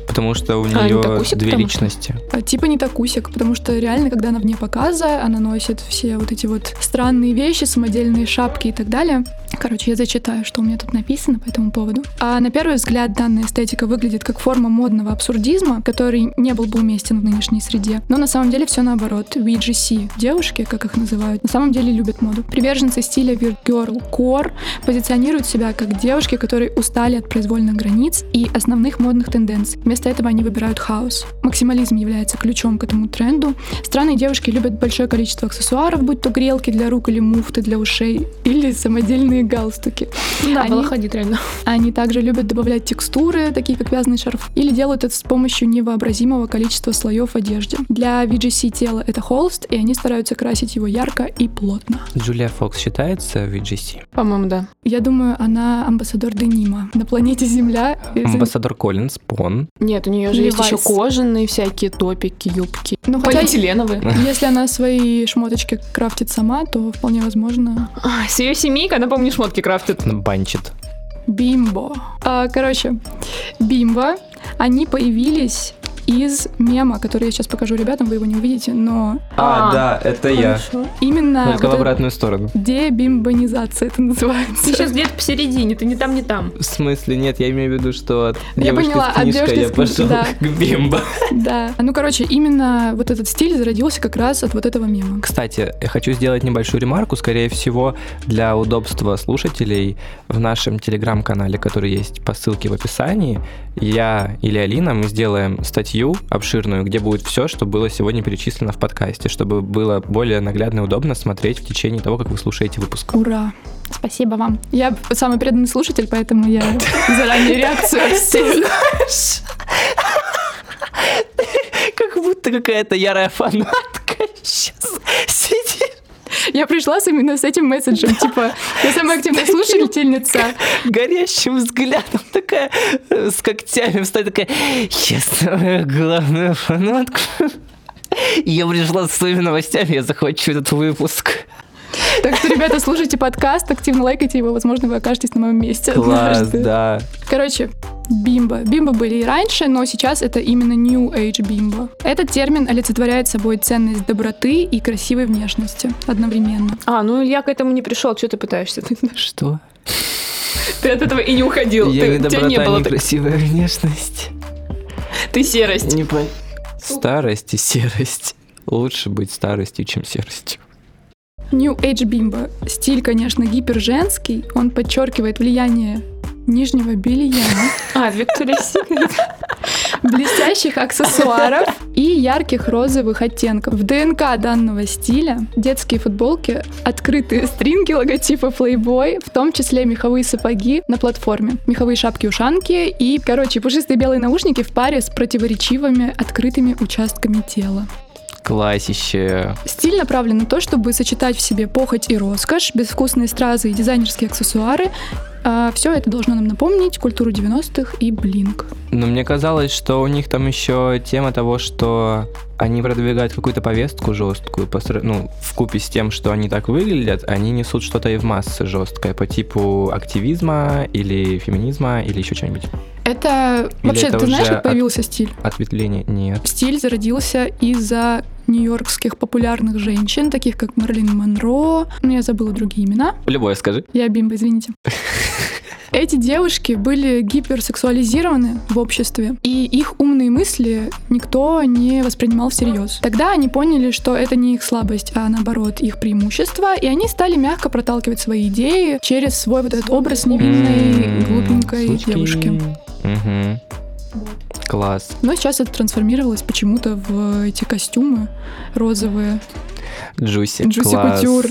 Speaker 2: Потому что у
Speaker 1: А,
Speaker 2: нее
Speaker 1: не такусит,
Speaker 2: две
Speaker 1: потому что?
Speaker 2: личности.
Speaker 4: А Типа не такусик, потому что реально, когда она вне показа, она носит все вот эти вот странные вещи, самодельные шапки и так далее. Короче, я зачитаю, что у меня тут написано по этому поводу. А на первый взгляд данная эстетика выглядит как форма модного абсурдизма, который не был бы уместен в нынешней среде. Но на самом деле все наоборот. VGC, девушки, как их называют, на самом деле любят моду. Приверженцы стиля Weird Girl Core позиционируют себя как девушки, которые устали от произвольных границ и основных модных тенденций. Вместо этого они выбирают хаос. Максимализм является ключом к этому тренду. Странные девушки любят большое количество аксессуаров, будь то грелки для рук или муфты для ушей, или самодельные галстуки.
Speaker 1: Да,
Speaker 4: Они-
Speaker 1: было ходить реально.
Speaker 4: Они также любят добавлять текстуры, такие как вязаный шарф, или делают это с помощью невообразимого количества слоев одежды. Для VGC тело это холст, и они стараются красить его ярко и плотно.
Speaker 2: Джулия Фокс считается VGC?
Speaker 1: По-моему, да.
Speaker 4: Я думаю, она амбассадор Денима. На планете Земля. э, за-
Speaker 2: Амбассадор Коллинз, Пон.
Speaker 1: Нет, у нее же есть еще
Speaker 4: Левайс.
Speaker 1: кожаные всякие топики, юбки.
Speaker 4: Ну, хотя,
Speaker 1: Полиэтиленовые.
Speaker 4: если она свои шмоточки крафтит сама, то вполне возможно
Speaker 1: А, <laughs> С ее семейкой она, по-моему, шмотки крафтит.
Speaker 2: Банчит.
Speaker 4: бимбо. А, короче, бимбо, они появились и из мема, который я сейчас покажу ребятам, вы его не увидите, но
Speaker 2: А, да, это я.
Speaker 4: именно
Speaker 2: Только Ну, в
Speaker 4: А, вот эта
Speaker 2: обратную сторону.
Speaker 4: дебимбонизация это называется. <laughs>
Speaker 1: Ты сейчас где-то посередине, ты не там, не там.
Speaker 2: В смысле, нет, я имею в виду, что от
Speaker 4: Я
Speaker 2: девушки
Speaker 4: поняла,
Speaker 2: с
Speaker 4: от
Speaker 2: книжкой
Speaker 4: девушки
Speaker 2: я
Speaker 4: с книжкой,
Speaker 2: пошел
Speaker 4: да.
Speaker 2: <laughs> к бимбо.
Speaker 4: Да. Ну, короче, именно вот этот стиль зародился как раз от вот этого мема.
Speaker 2: Кстати, я хочу сделать небольшую ремарку. Скорее всего, для удобства слушателей в нашем телеграм-канале, который есть по ссылке в описании, я или Алина, мы сделаем статью обширную, где будет все, что было сегодня перечислено в подкасте, чтобы было более наглядно и удобно смотреть в течение того, как вы слушаете выпуск.
Speaker 4: Ура! Спасибо вам. Я самый преданный слушатель,
Speaker 2: <laughs>
Speaker 4: поэтому я заранее реакцию отсею.
Speaker 2: Как будто какая-то ярая фанатка сейчас сидит.
Speaker 4: Я пришла с- именно с этим месседжем, типа, я самая активная слушательница.
Speaker 2: горящим взглядом, такая э, с когтями встает, такая, я самая главная фанатка. Я пришла с своими новостями, я захвачу этот выпуск.
Speaker 4: Так что, ребята, слушайте подкаст, активно лайкайте его, возможно, вы окажетесь на моем месте.
Speaker 2: Класс,
Speaker 4: однажды.
Speaker 2: да.
Speaker 4: Короче, бимба. Бимба были и раньше, но сейчас это именно New Age бимба. Этот термин олицетворяет собой ценность доброты и красивой внешности одновременно.
Speaker 1: А, ну Илья к этому не пришел, что ты пытаешься? <laughs> Ты,
Speaker 2: Что?
Speaker 1: ты от этого и не уходил.
Speaker 2: я
Speaker 1: ты,
Speaker 2: не
Speaker 1: у тебя
Speaker 2: доброта,
Speaker 1: не было
Speaker 2: а не
Speaker 1: так-
Speaker 2: красивая внешность.
Speaker 1: Ты серость.
Speaker 2: Не пон- Старость и серость. Лучше быть старостью, чем серостью.
Speaker 4: New Age бимба. Стиль, конечно, гиперженский. Он подчеркивает влияние нижнего белья, <laughs>
Speaker 1: А, Виктория Сильна.
Speaker 4: блестящих аксессуаров и ярких розовых оттенков. В ДНК данного стиля детские футболки, открытые стринги логотипа Playboy, в том числе меховые сапоги на платформе, меховые шапки-ушанки и, короче, пушистые белые наушники в паре с противоречивыми открытыми участками тела.
Speaker 2: Классище.
Speaker 4: Стиль направлен на то, чтобы сочетать в себе похоть и роскошь, безвкусные стразы и дизайнерские аксессуары. все это должно нам напомнить культуру 90-х и блинк.
Speaker 2: Но мне казалось, что у них там еще тема того, что они продвигают какую-то повестку жесткую, постро- ну, в купе с тем, что они так выглядят, они несут что-то и в массы жесткое по типу активизма или феминизма или еще чего-нибудь.
Speaker 4: Это
Speaker 2: Или
Speaker 4: вообще,
Speaker 2: это
Speaker 4: ты знаешь,
Speaker 2: уже
Speaker 4: как
Speaker 2: от-
Speaker 4: появился стиль?
Speaker 2: Ответвление нет.
Speaker 4: Стиль зародился из-за нью-йоркских популярных женщин, таких как Марлин Монро. Ну, я забыла другие имена.
Speaker 2: Любое скажи.
Speaker 4: Я
Speaker 2: <laughs>
Speaker 4: бимба, извините. Эти девушки были гиперсексуализированы в обществе, и их умные мысли никто не воспринимал всерьез. Тогда они поняли, что это не их слабость, а наоборот их преимущество, и они стали мягко проталкивать свои идеи через свой вот этот образ невинной,
Speaker 2: М,
Speaker 4: глупенькой
Speaker 2: сучки.
Speaker 4: девушки.
Speaker 2: Мгм. Класс.
Speaker 4: Но сейчас это трансформировалось почему-то в эти костюмы розовые,
Speaker 2: Джуси.
Speaker 4: Джуси
Speaker 2: Типа класс.
Speaker 4: Кутюр.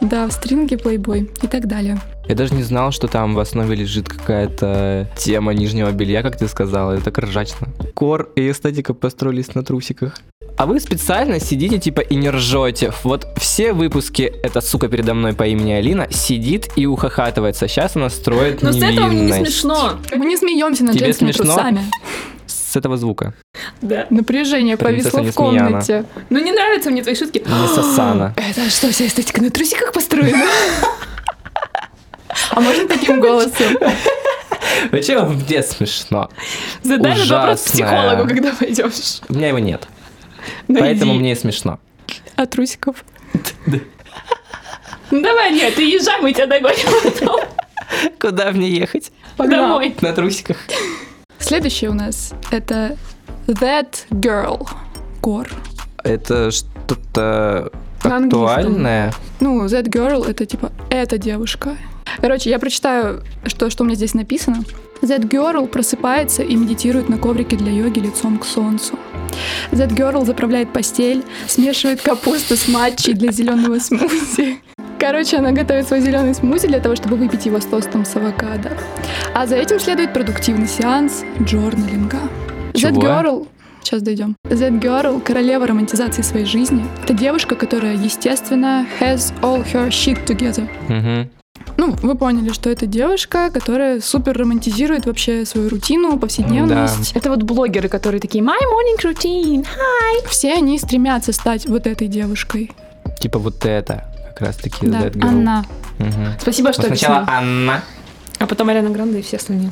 Speaker 4: Да, в стринге плейбой и так далее.
Speaker 2: Я даже не знал, что там в основе лежит какая-то тема нижнего белья, как ты сказала. Это так ржачно. Кор и эстетика построились на трусиках. А вы специально сидите типа и не ржете. Вот все выпуски эта сука передо мной по имени Алина сидит и ухахатывается. Сейчас она строит
Speaker 1: Но с этого мне не
Speaker 2: невинность.
Speaker 1: смешно.
Speaker 4: Мы не смеемся над
Speaker 2: Тебе
Speaker 4: женскими
Speaker 2: смешно?
Speaker 4: трусами.
Speaker 2: С этого звука.
Speaker 1: Да.
Speaker 4: Напряжение
Speaker 2: Принцесса
Speaker 4: повисло в
Speaker 2: Несмеяна.
Speaker 4: комнате.
Speaker 1: Ну не нравятся мне твои шутки.
Speaker 2: Не
Speaker 1: <gasps>
Speaker 2: сосана.
Speaker 1: Это что, вся эстетика на трусиках построена?
Speaker 4: А можно таким голосом?
Speaker 2: Зачем вам где смешно?
Speaker 1: Задай этот вопрос
Speaker 2: Ужасная.
Speaker 1: психологу, когда Ну, пойдешь.
Speaker 2: У меня его нет.
Speaker 1: Найди.
Speaker 2: Поэтому мне и смешно.
Speaker 4: От трусиков.
Speaker 1: Ну давай, нет, ты езжай, мы тебя догоним потом.
Speaker 2: Куда мне ехать?
Speaker 1: Домой.
Speaker 2: На трусиках.
Speaker 4: Следующее у нас это That Girl. Гор.
Speaker 2: Это что-то
Speaker 4: На английском.
Speaker 2: актуальное.
Speaker 4: Ну, that girl — это типа «эта девушка». Короче, я прочитаю, что, что у меня здесь написано. That girl просыпается и медитирует на коврике для йоги лицом к солнцу. That girl заправляет постель, смешивает капусту с матчей для зеленого смузи. Короче, она готовит свой зеленый смузи для того, чтобы выпить его с тостом с авокадо. А за этим следует продуктивный сеанс джорналинга. That
Speaker 2: Чего?
Speaker 4: girl Сейчас дойдем. That girl — королева романтизации своей жизни. Это девушка, которая, естественно, has all her shit together.
Speaker 2: Мгм.
Speaker 4: Ну, вы поняли, что это девушка, которая супер романтизирует вообще свою рутину, повседневность.
Speaker 1: Это вот блогеры, которые такие «My morning routine».
Speaker 4: Все они стремятся стать вот этой девушкой.
Speaker 2: Типа вот это. Как раз таки
Speaker 4: да,
Speaker 2: That Girl.
Speaker 4: она.
Speaker 2: Мгм.
Speaker 1: Спасибо,
Speaker 2: Вот
Speaker 1: что
Speaker 2: Ну, сначала
Speaker 1: объяснил.
Speaker 2: Анна.
Speaker 1: А потом Ариана Гранде и все остальные.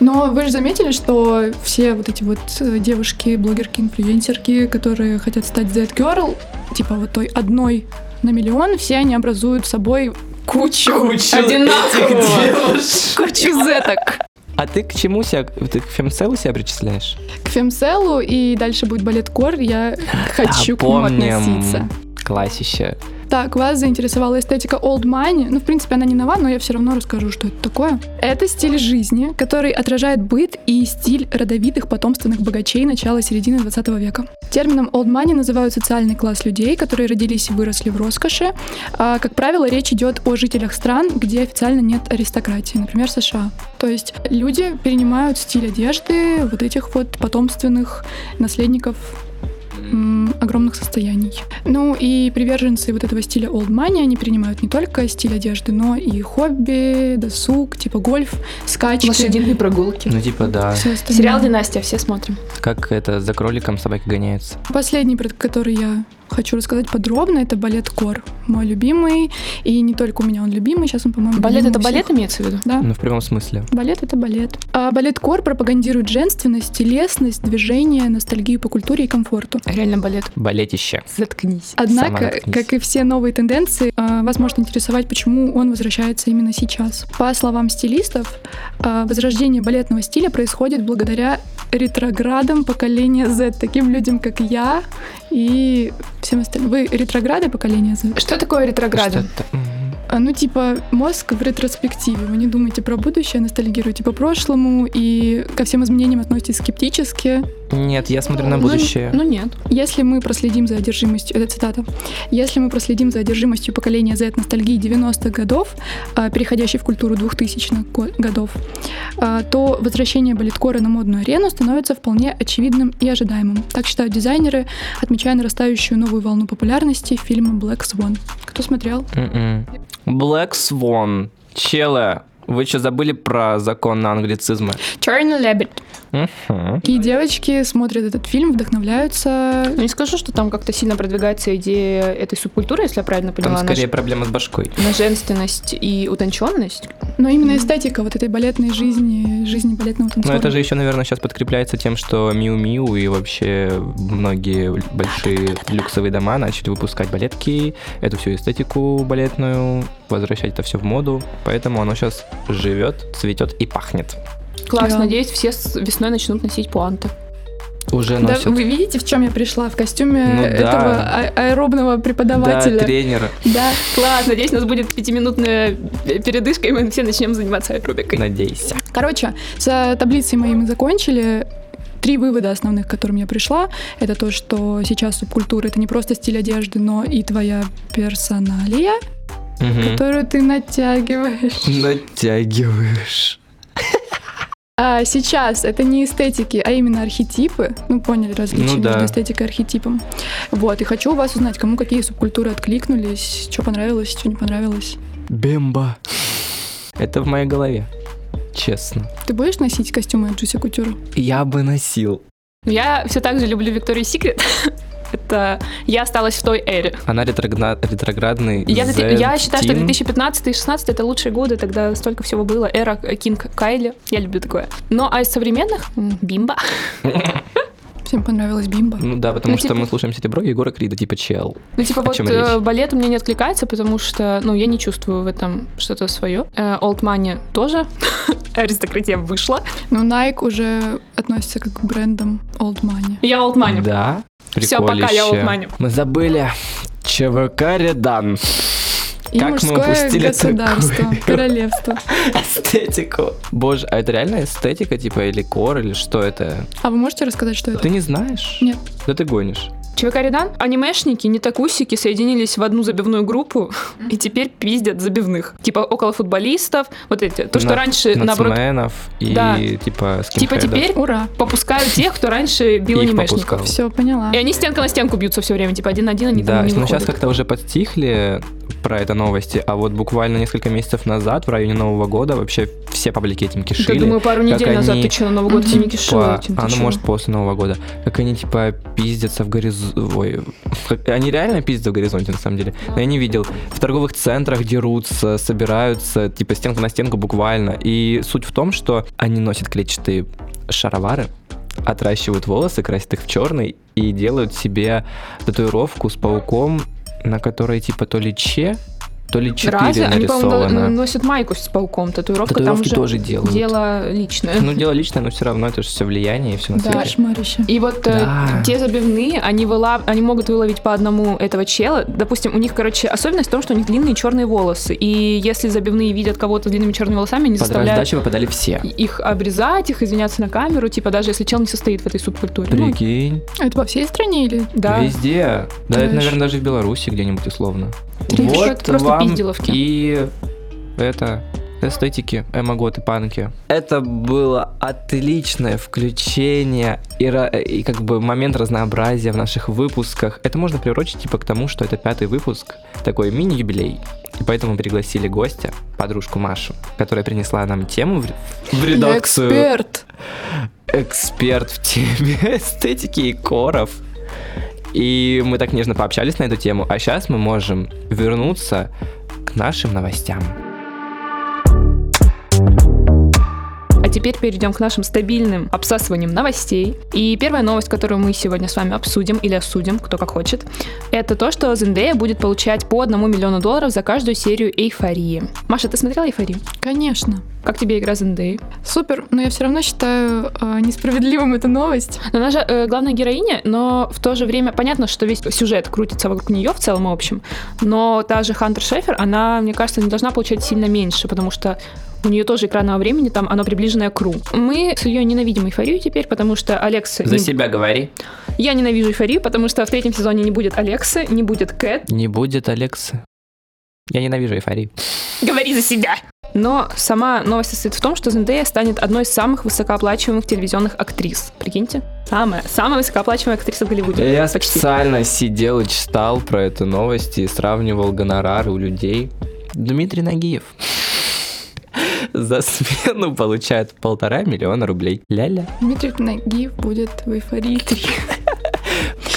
Speaker 4: Но вы же заметили, что все вот эти вот э, девушки, блогерки, инфлюенсерки, которые хотят стать Z-Girl, типа вот той одной на миллион, все они образуют собой кучу.
Speaker 5: Кучу зеток.
Speaker 2: А ты к чему себя, ты к фемселу себя причисляешь?
Speaker 4: К фемселу, и дальше будет балет кор, я хочу к
Speaker 2: А,
Speaker 4: нему относиться.
Speaker 2: Классище.
Speaker 4: Так, вас заинтересовала эстетика old money. Ну, в принципе, она не нова, но я все равно расскажу, что это такое. Это стиль жизни, который отражает быт и стиль родовитых потомственных богачей начала-середины 20 века. Термином old money называют социальный класс людей, которые родились и выросли в роскоши. А, как правило, речь идет о жителях стран, где официально нет аристократии, например, США. То есть люди перенимают стиль одежды вот этих вот потомственных наследников м, огромных состояний. Ну и приверженцы вот этого стиля old money, они принимают не только стиль одежды, но и хобби, досуг, типа гольф, скачки.
Speaker 1: Лошадиные прогулки.
Speaker 2: Ну, типа, да.
Speaker 4: всё остальное.
Speaker 1: Сериал «Династия» все смотрим.
Speaker 2: Как это, за кроликом собаки гоняются.
Speaker 4: Последний, про который я хочу рассказать подробно, это балет Кор. Мой любимый. И не только у меня он любимый, сейчас он, по-моему,
Speaker 1: Балет —
Speaker 4: любимый
Speaker 1: это
Speaker 4: у всех.
Speaker 1: балет имеется в виду?
Speaker 4: Да.
Speaker 2: Ну, в прямом смысле.
Speaker 4: Балет — это балет. А балет-кор пропагандирует женственность, телесность, движение, ностальгию по культуре и комфорту.
Speaker 1: Реально балет.
Speaker 2: Балетище.
Speaker 1: Заткнись. А
Speaker 2: Сама
Speaker 4: Однако,
Speaker 2: наткнись.
Speaker 4: как и все новые тенденции, а, вас может интересовать, почему он возвращается именно сейчас. По словам стилистов, а, возрождение балетного стиля происходит благодаря ретроградам поколения Z, таким людям, как я и всем остальным. Вы ретрограды поколения Z?
Speaker 1: Что такое ретрограды?
Speaker 2: Что-то, м.
Speaker 4: А, Ну, типа, мозг в ретроспективе. Вы не думаете про будущее, ностальгируете по прошлому и ко всем изменениям относитесь скептически.
Speaker 2: Нет, я смотрю на
Speaker 1: Ну,
Speaker 2: будущее.
Speaker 1: Ну нет.
Speaker 4: Если мы проследим за одержимостью, это цитата, если мы проследим за одержимостью поколения Z ностальгии 90-х годов, а, переходящей в культуру 2000-х го- годов, а, то возвращение балеткора на модную арену становится вполне очевидным и ожидаемым. Так считают дизайнеры, отмечая нарастающую новую волну популярности фильма «Black Swan». Кто смотрел?
Speaker 2: М-м. Black Swan. Челы, вы что, забыли про закон на англицизмы?
Speaker 1: Черный лебедь.
Speaker 2: Мгм.
Speaker 4: Такие девочки смотрят этот фильм, вдохновляются.
Speaker 1: Ну, не скажу, что там как-то сильно продвигается идея этой субкультуры, если я правильно
Speaker 2: Там
Speaker 1: поняла. на
Speaker 2: скорее проблема с башкой.
Speaker 1: ж- на женственность и утонченность.
Speaker 4: Но именно эстетика вот этой балетной жизни, жизни балетного
Speaker 2: Но
Speaker 4: танцора.
Speaker 2: это же еще, наверное, сейчас подкрепляется тем, что Миу Миу и вообще многие большие люксовые дома начали выпускать балетки, эту всю эстетику балетную, возвращать это все в моду. Поэтому оно сейчас живет, цветет и пахнет.
Speaker 1: Класс,
Speaker 4: Да.
Speaker 1: надеюсь, все с- весной начнут носить пуанты.
Speaker 2: Уже
Speaker 4: Да,
Speaker 2: носит.
Speaker 4: вы видите, в чем я пришла? В костюме
Speaker 2: Ну да.
Speaker 4: этого а- аэробного преподавателя.
Speaker 2: Да, тренер.
Speaker 4: Да.
Speaker 1: Класс, надеюсь, у нас будет пятиминутная э, передышка, и мы все начнем заниматься аэробикой.
Speaker 2: Надейся.
Speaker 4: Короче, с таблицей моей мы закончили. Три вывода основных, к которым я пришла, это то, что сейчас субкультура это не просто стиль одежды, но и твоя персоналия,
Speaker 2: Мгм.
Speaker 4: которую ты натягиваешь.
Speaker 2: Натягиваешь.
Speaker 4: А сейчас это не эстетики, а именно архетипы. Ну, поняли различие
Speaker 2: Ну да.
Speaker 4: между эстетикой и архетипом. Вот, и хочу у вас узнать, кому какие субкультуры откликнулись, что понравилось, что не понравилось.
Speaker 2: Бемба. Это в моей голове. Честно.
Speaker 4: Ты будешь носить костюмы от Джуси Кутюр?
Speaker 2: Я бы носил.
Speaker 1: Я все так же люблю Викторию Секрет. <laughs> Это я осталась в той эре.
Speaker 2: Она ретрогна- ретроградный.
Speaker 1: Я, за- я считаю, что
Speaker 2: зетин.
Speaker 1: 2015 и 2016 это лучшие годы, тогда столько всего было. Эра Кинг Кайли. Я люблю такое. Ну, а из современных м, бимба.
Speaker 4: Всем понравилась бимба.
Speaker 2: Ну да, потому
Speaker 1: Ну,
Speaker 2: что
Speaker 1: типа-
Speaker 2: мы слушаем Сети Бро и Егора Крида, типа чел.
Speaker 1: Ну, типа,
Speaker 2: О
Speaker 1: вот
Speaker 2: чем
Speaker 1: э,
Speaker 2: речь?
Speaker 1: балет у меня не откликается, потому что, ну, я не чувствую в этом что-то свое. Old Money тоже. <laughs> Аристократия вышла.
Speaker 4: Но Ну, Nike уже относится как к брендам Old Money.
Speaker 1: Я Old Money.
Speaker 2: Да.
Speaker 1: Всё, пока, я
Speaker 2: Приколище.
Speaker 1: улманю.
Speaker 2: Мы забыли. ЧВК Редан.
Speaker 4: И
Speaker 2: Как мы
Speaker 4: мужское
Speaker 2: упустили
Speaker 4: государство,
Speaker 2: такую?
Speaker 4: королевство.
Speaker 2: Эстетику. Боже, а это реально эстетика, типа, или кор, или что это?
Speaker 4: А вы можете рассказать, что это?
Speaker 2: Ты не знаешь?
Speaker 4: Нет.
Speaker 2: Да ты гонишь.
Speaker 1: ЧВК Редан, анимешники, не такусики соединились в одну забивную группу <laughs> и теперь пиздят забивных. Типа около футболистов, вот эти. То, что
Speaker 2: На-
Speaker 1: раньше, наоборот,
Speaker 2: Нацменов и,
Speaker 1: Да.
Speaker 2: типа,
Speaker 1: типа
Speaker 2: скинхедов.
Speaker 1: теперь
Speaker 4: Ура,
Speaker 1: попускают тех, кто раньше бил
Speaker 2: Их
Speaker 1: анимешников.
Speaker 2: попускал.
Speaker 4: все, поняла.
Speaker 1: И они стенка на стенку бьются все время, типа один на один, они
Speaker 2: Да,
Speaker 1: там
Speaker 2: ну,
Speaker 1: не
Speaker 2: но сейчас
Speaker 1: выходят.
Speaker 2: как-то уже подстихли, про это новости, а вот буквально несколько месяцев назад, в районе Нового года, вообще все паблики этим
Speaker 1: Да,
Speaker 2: кишили.
Speaker 1: думаю, пару недель
Speaker 2: как
Speaker 1: назад
Speaker 2: они-
Speaker 1: ты что, на Новый год ты не
Speaker 2: Типа,
Speaker 1: кишила этим? ты
Speaker 2: а, ну,
Speaker 1: чё?
Speaker 2: может, после Нового года. Как они, типа, пиздятся в горизонте. Ой, <laughs> как- они реально пиздят в горизонте, на самом деле.
Speaker 1: А.
Speaker 2: Но я не видел. В торговых центрах дерутся, собираются, типа, стенка на стенку буквально. И суть в том, что они носят клетчатые шаровары, отращивают волосы, красят их в черный и делают себе татуировку с пауком, на которой, типа, то ли че, то ли
Speaker 1: Разве?
Speaker 2: четыре
Speaker 1: Они, по-моему, на-
Speaker 2: нарисовано.
Speaker 1: носят майку с пауком, татуировка там
Speaker 2: Татуировки
Speaker 1: уже
Speaker 2: тоже делают.
Speaker 1: дело личное.
Speaker 2: Ну, дело личное, но все равно это же все влияние и все на свете.
Speaker 4: Кошмарище.
Speaker 1: И вот э,
Speaker 2: Да.
Speaker 1: те забивные, они, выла- они могут выловить по одному этого чела. Допустим, у них, короче, особенность в том, что у них длинные черные волосы. И если забивные видят кого-то с длинными черными волосами, они
Speaker 2: Под
Speaker 1: заставляют
Speaker 2: раздачи попадали все.
Speaker 1: их обрезать, их извиняться на камеру, типа даже если чел не состоит в этой субкультуре. Ну,
Speaker 2: Прикинь.
Speaker 4: А это по всей стране или?
Speaker 1: да.
Speaker 2: Везде. Да, это,
Speaker 4: Трэш.
Speaker 2: наверное, даже в Беларуси где-нибудь условно.
Speaker 1: Трэш.
Speaker 2: Вот
Speaker 1: Это просто
Speaker 2: вам
Speaker 1: пизделовки.
Speaker 2: и это эстетики, эмоготы, панки. Это было отличное включение и, ра- и как бы момент разнообразия в наших выпусках. Это можно приурочить типа к тому, что это пятый выпуск, такой мини-юбилей. И поэтому пригласили гостя, подружку Машу, которая принесла нам тему в, ре- в
Speaker 4: Я
Speaker 2: редакцию
Speaker 4: эксперт.
Speaker 2: эксперт в теме <laughs> эстетики и коров. И мы так нежно пообщались на эту тему, а сейчас мы можем вернуться к нашим новостям.
Speaker 1: А теперь перейдем к нашим стабильным обсасываниям новостей. И первая новость, которую мы сегодня с вами обсудим или осудим, кто как хочет, это то, что Зендея будет получать по одному миллиону долларов за каждую серию эйфории. Маша, ты смотрела эйфорию?
Speaker 4: Конечно.
Speaker 1: Как тебе игра Зендеи?
Speaker 4: Супер, но я все равно считаю э, несправедливым эту новость.
Speaker 1: Но Она же э, главная героиня, но в то же время понятно, что весь сюжет крутится вокруг нее в целом и общем. Но та же Хантер Шефер, она, мне кажется, не должна получать сильно меньше, потому что у нее тоже экранного времени, там оно приближенное к Ру. Мы с ее ненавидим эйфорию теперь, потому что Алекс...
Speaker 2: За
Speaker 1: не-
Speaker 2: себя говори.
Speaker 1: Я ненавижу эйфорию, потому что в третьем сезоне не будет Алекса, не будет Кэт.
Speaker 2: Не будет Алекса. Я ненавижу эйфорию.
Speaker 1: Говори за себя! Но сама новость состоит в том, что Зендея станет одной из самых высокооплачиваемых телевизионных актрис. Прикиньте? Самая, самая высокооплачиваемая актриса в Голливуде.
Speaker 2: Я
Speaker 1: Почти.
Speaker 2: специально сидел и читал про эту новость и сравнивал гонорары у людей. Дмитрий Нагиев за смену получает полтора миллиона рублей. Ля-ля.
Speaker 4: Дмитрий Нагиев будет в эйфории 3.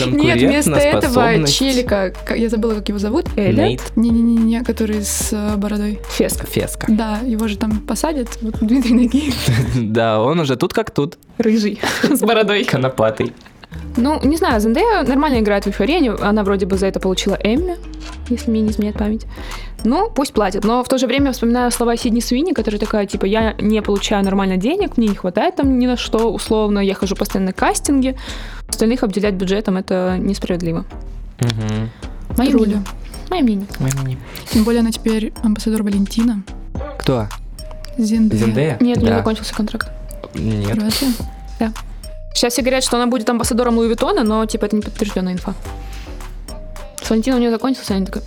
Speaker 4: Нет, вместо этого
Speaker 2: Конкурентоспособность.
Speaker 4: челика, к- я забыла, как его зовут.
Speaker 1: Эля
Speaker 2: Нейт
Speaker 4: Не-не-не, который с э, бородой.
Speaker 1: Феск.
Speaker 2: Феска.
Speaker 4: Да, его же там посадят. Вот Дмитрий Нагиев.
Speaker 2: <laughs> Да, он уже тут как тут,
Speaker 1: Рыжий. С бородой.
Speaker 2: конопатый.
Speaker 1: Ну, не знаю, Зендея нормально играет в эйфории. они- Она вроде бы за это получила Эмми, если мне не изменяет память. Ну, пусть платят. Но в то же время вспоминаю слова Сидни Суини, которая такая, типа, я не получаю нормально денег, мне не хватает там ни на что, условно, я хожу постоянно на кастинги. Остальных обделять бюджетом это несправедливо. Мое
Speaker 4: Руля.
Speaker 1: мнение. Мое мнение.
Speaker 4: Тем более она теперь амбассадор Валентина.
Speaker 2: Кто?
Speaker 4: Зенде.
Speaker 2: Зендея?
Speaker 1: Нет, у нее
Speaker 2: Да.
Speaker 1: закончился контракт.
Speaker 2: Нет.
Speaker 1: Сейчас все говорят, что она будет амбассадором Луи Виттона, но, типа, это не подтвержденная инфа. С Валентиной у нее закончился, она такая,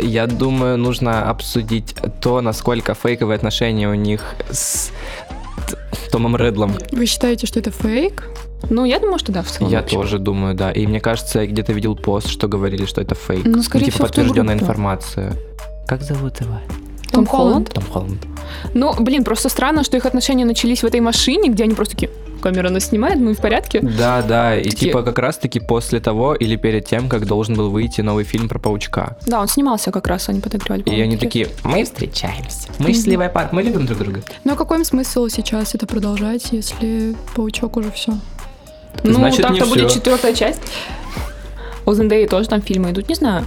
Speaker 2: Я думаю, нужно обсудить то, насколько фейковые отношения у них с Т- Томом Редлом.
Speaker 4: Вы считаете, что это фейк?
Speaker 1: ну, я думаю, что да, в целом.
Speaker 2: Я
Speaker 1: в общем.
Speaker 2: тоже думаю, да. И мне кажется, я где-то видел пост, что говорили, что это фейк.
Speaker 1: Ну, скорее
Speaker 2: типа
Speaker 1: всего, в ту
Speaker 2: подтвержденная
Speaker 1: группу.
Speaker 2: информация. Как зовут его?
Speaker 1: Том Холланд?
Speaker 2: Том Холланд.
Speaker 1: Ну, блин, просто странно, что их отношения начались в этой машине, где они просто такие, камера нас снимает, мы в порядке.
Speaker 2: Да, да. И
Speaker 1: Такие-
Speaker 2: типа как раз-таки после того или перед тем, как должен был выйти новый фильм про паучка.
Speaker 1: Да, он снимался как раз, они подогревали.
Speaker 2: И они такие, мы встречаемся. Мы счастливая пара, мы любим друг друга.
Speaker 4: Ну а какой смысл сейчас это продолжать, если паучок уже все?
Speaker 1: Ну,
Speaker 2: Значит, не
Speaker 1: так-то
Speaker 2: всё.
Speaker 1: будет четвертая часть. У Зендеи тоже там фильмы идут, не знаю.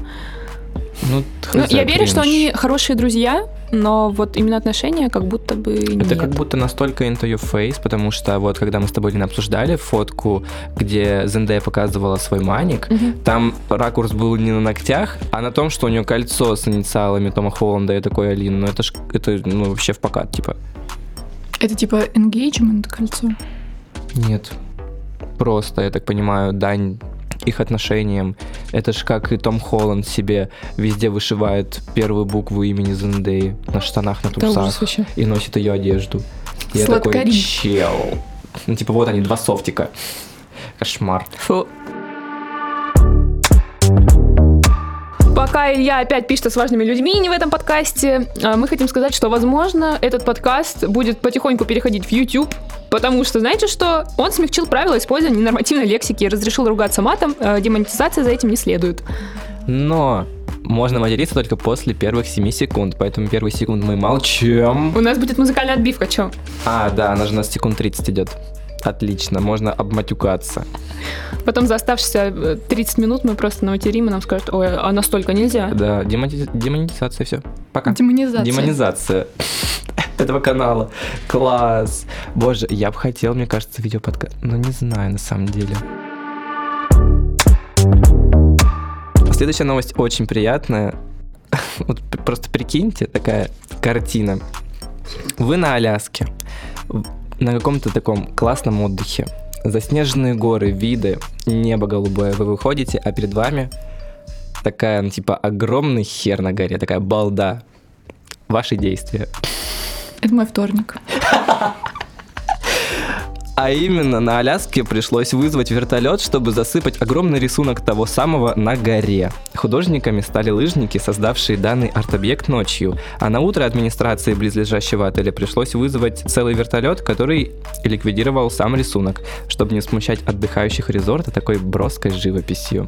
Speaker 2: Ну,
Speaker 1: Ну,
Speaker 2: хз,
Speaker 1: я верю,
Speaker 2: кринж.
Speaker 1: что они хорошие друзья, но вот именно отношения как будто бы
Speaker 2: Это
Speaker 1: нет.
Speaker 2: как будто настолько into your face, потому что вот когда мы с тобой, Лина, обсуждали фотку, где Зендея показывала свой маник,
Speaker 1: Мгм.
Speaker 2: там ракурс был не на ногтях, а на том, что у нее кольцо с инициалами Тома Холланда и такой Алин. Ну это ж, это ну, вообще в покат, типа.
Speaker 4: Это типа engagement кольцо.
Speaker 2: Нет. Просто, я так понимаю, дань их отношениям. Это ж как и Том Холланд себе везде вышивает первую букву имени Зендеи на штанах, на
Speaker 1: Это
Speaker 2: трусах
Speaker 1: ужас вообще.
Speaker 2: и носит ее одежду. Я такой,
Speaker 4: Сладкари.
Speaker 2: чел. Ну, типа, вот они, два софтика. Кошмар.
Speaker 1: Фу. Пока пока Илья опять пишет с важными людьми не в этом подкасте, а, мы хотим сказать, что, возможно, этот подкаст будет потихоньку переходить в YouTube, потому что, знаете что, он смягчил правила использования ненормативной лексики и разрешил ругаться матом, э, демонетизация за этим не следует.
Speaker 2: Но можно материться только после первых 7 секунд, поэтому первые секунд мы молчим.
Speaker 1: У нас будет музыкальная отбивка, чё?
Speaker 2: А, да, она же у нас секунд 30 идет. Отлично, можно обматюкаться.
Speaker 1: Потом за оставшиеся э, 30 минут мы просто наматерим и нам скажут, ой, а настолько нельзя.
Speaker 2: Да, демонти- демонетизация, все. Пока.
Speaker 4: Демонизация.
Speaker 2: Демонизация <laughs> этого канала. Класс. Боже, я бы хотел, мне кажется, видео но не знаю на самом деле. Следующая новость очень приятная. <laughs> Вот п- просто прикиньте, такая картина. Вы на Аляске, в- на каком-то таком классном отдыхе. Заснеженные горы, виды, небо голубое. Вы выходите, а перед вами такая, ну, типа, огромный хер на горе, такая балда. Ваши действия.
Speaker 4: Это мой вторник.
Speaker 2: А именно на Аляске пришлось вызвать вертолет, чтобы засыпать огромный рисунок того самого на горе. Художниками стали лыжники, создавшие данный арт-объект ночью. А на утро администрации близлежащего отеля пришлось вызвать целый вертолет, который ликвидировал сам рисунок, чтобы не смущать отдыхающих резорта такой броской живописью.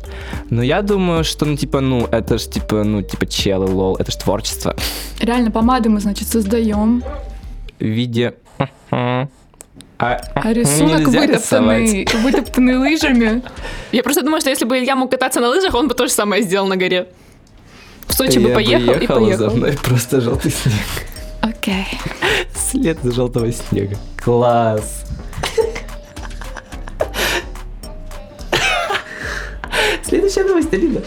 Speaker 2: Но я думаю, что ну типа, ну это ж типа, ну типа челы, лол, это ж творчество.
Speaker 4: Реально, помады мы, значит, создаем,
Speaker 2: В виде... А,
Speaker 4: а рисунок
Speaker 2: нельзя рисовать.
Speaker 4: вытоптанный,
Speaker 2: <laughs>
Speaker 4: вытоптанный лыжами.
Speaker 1: Я просто думаю, что если бы Илья мог кататься на лыжах, он бы то же самое сделал на горе. В Сочи Ну, бы
Speaker 2: Я
Speaker 1: поехал и
Speaker 2: ехала,
Speaker 1: поехал.
Speaker 2: за мной <laughs> просто желтый снег.
Speaker 4: Окей.
Speaker 2: След желтого снега. Класс. Следующая новость, Алина.
Speaker 1: Да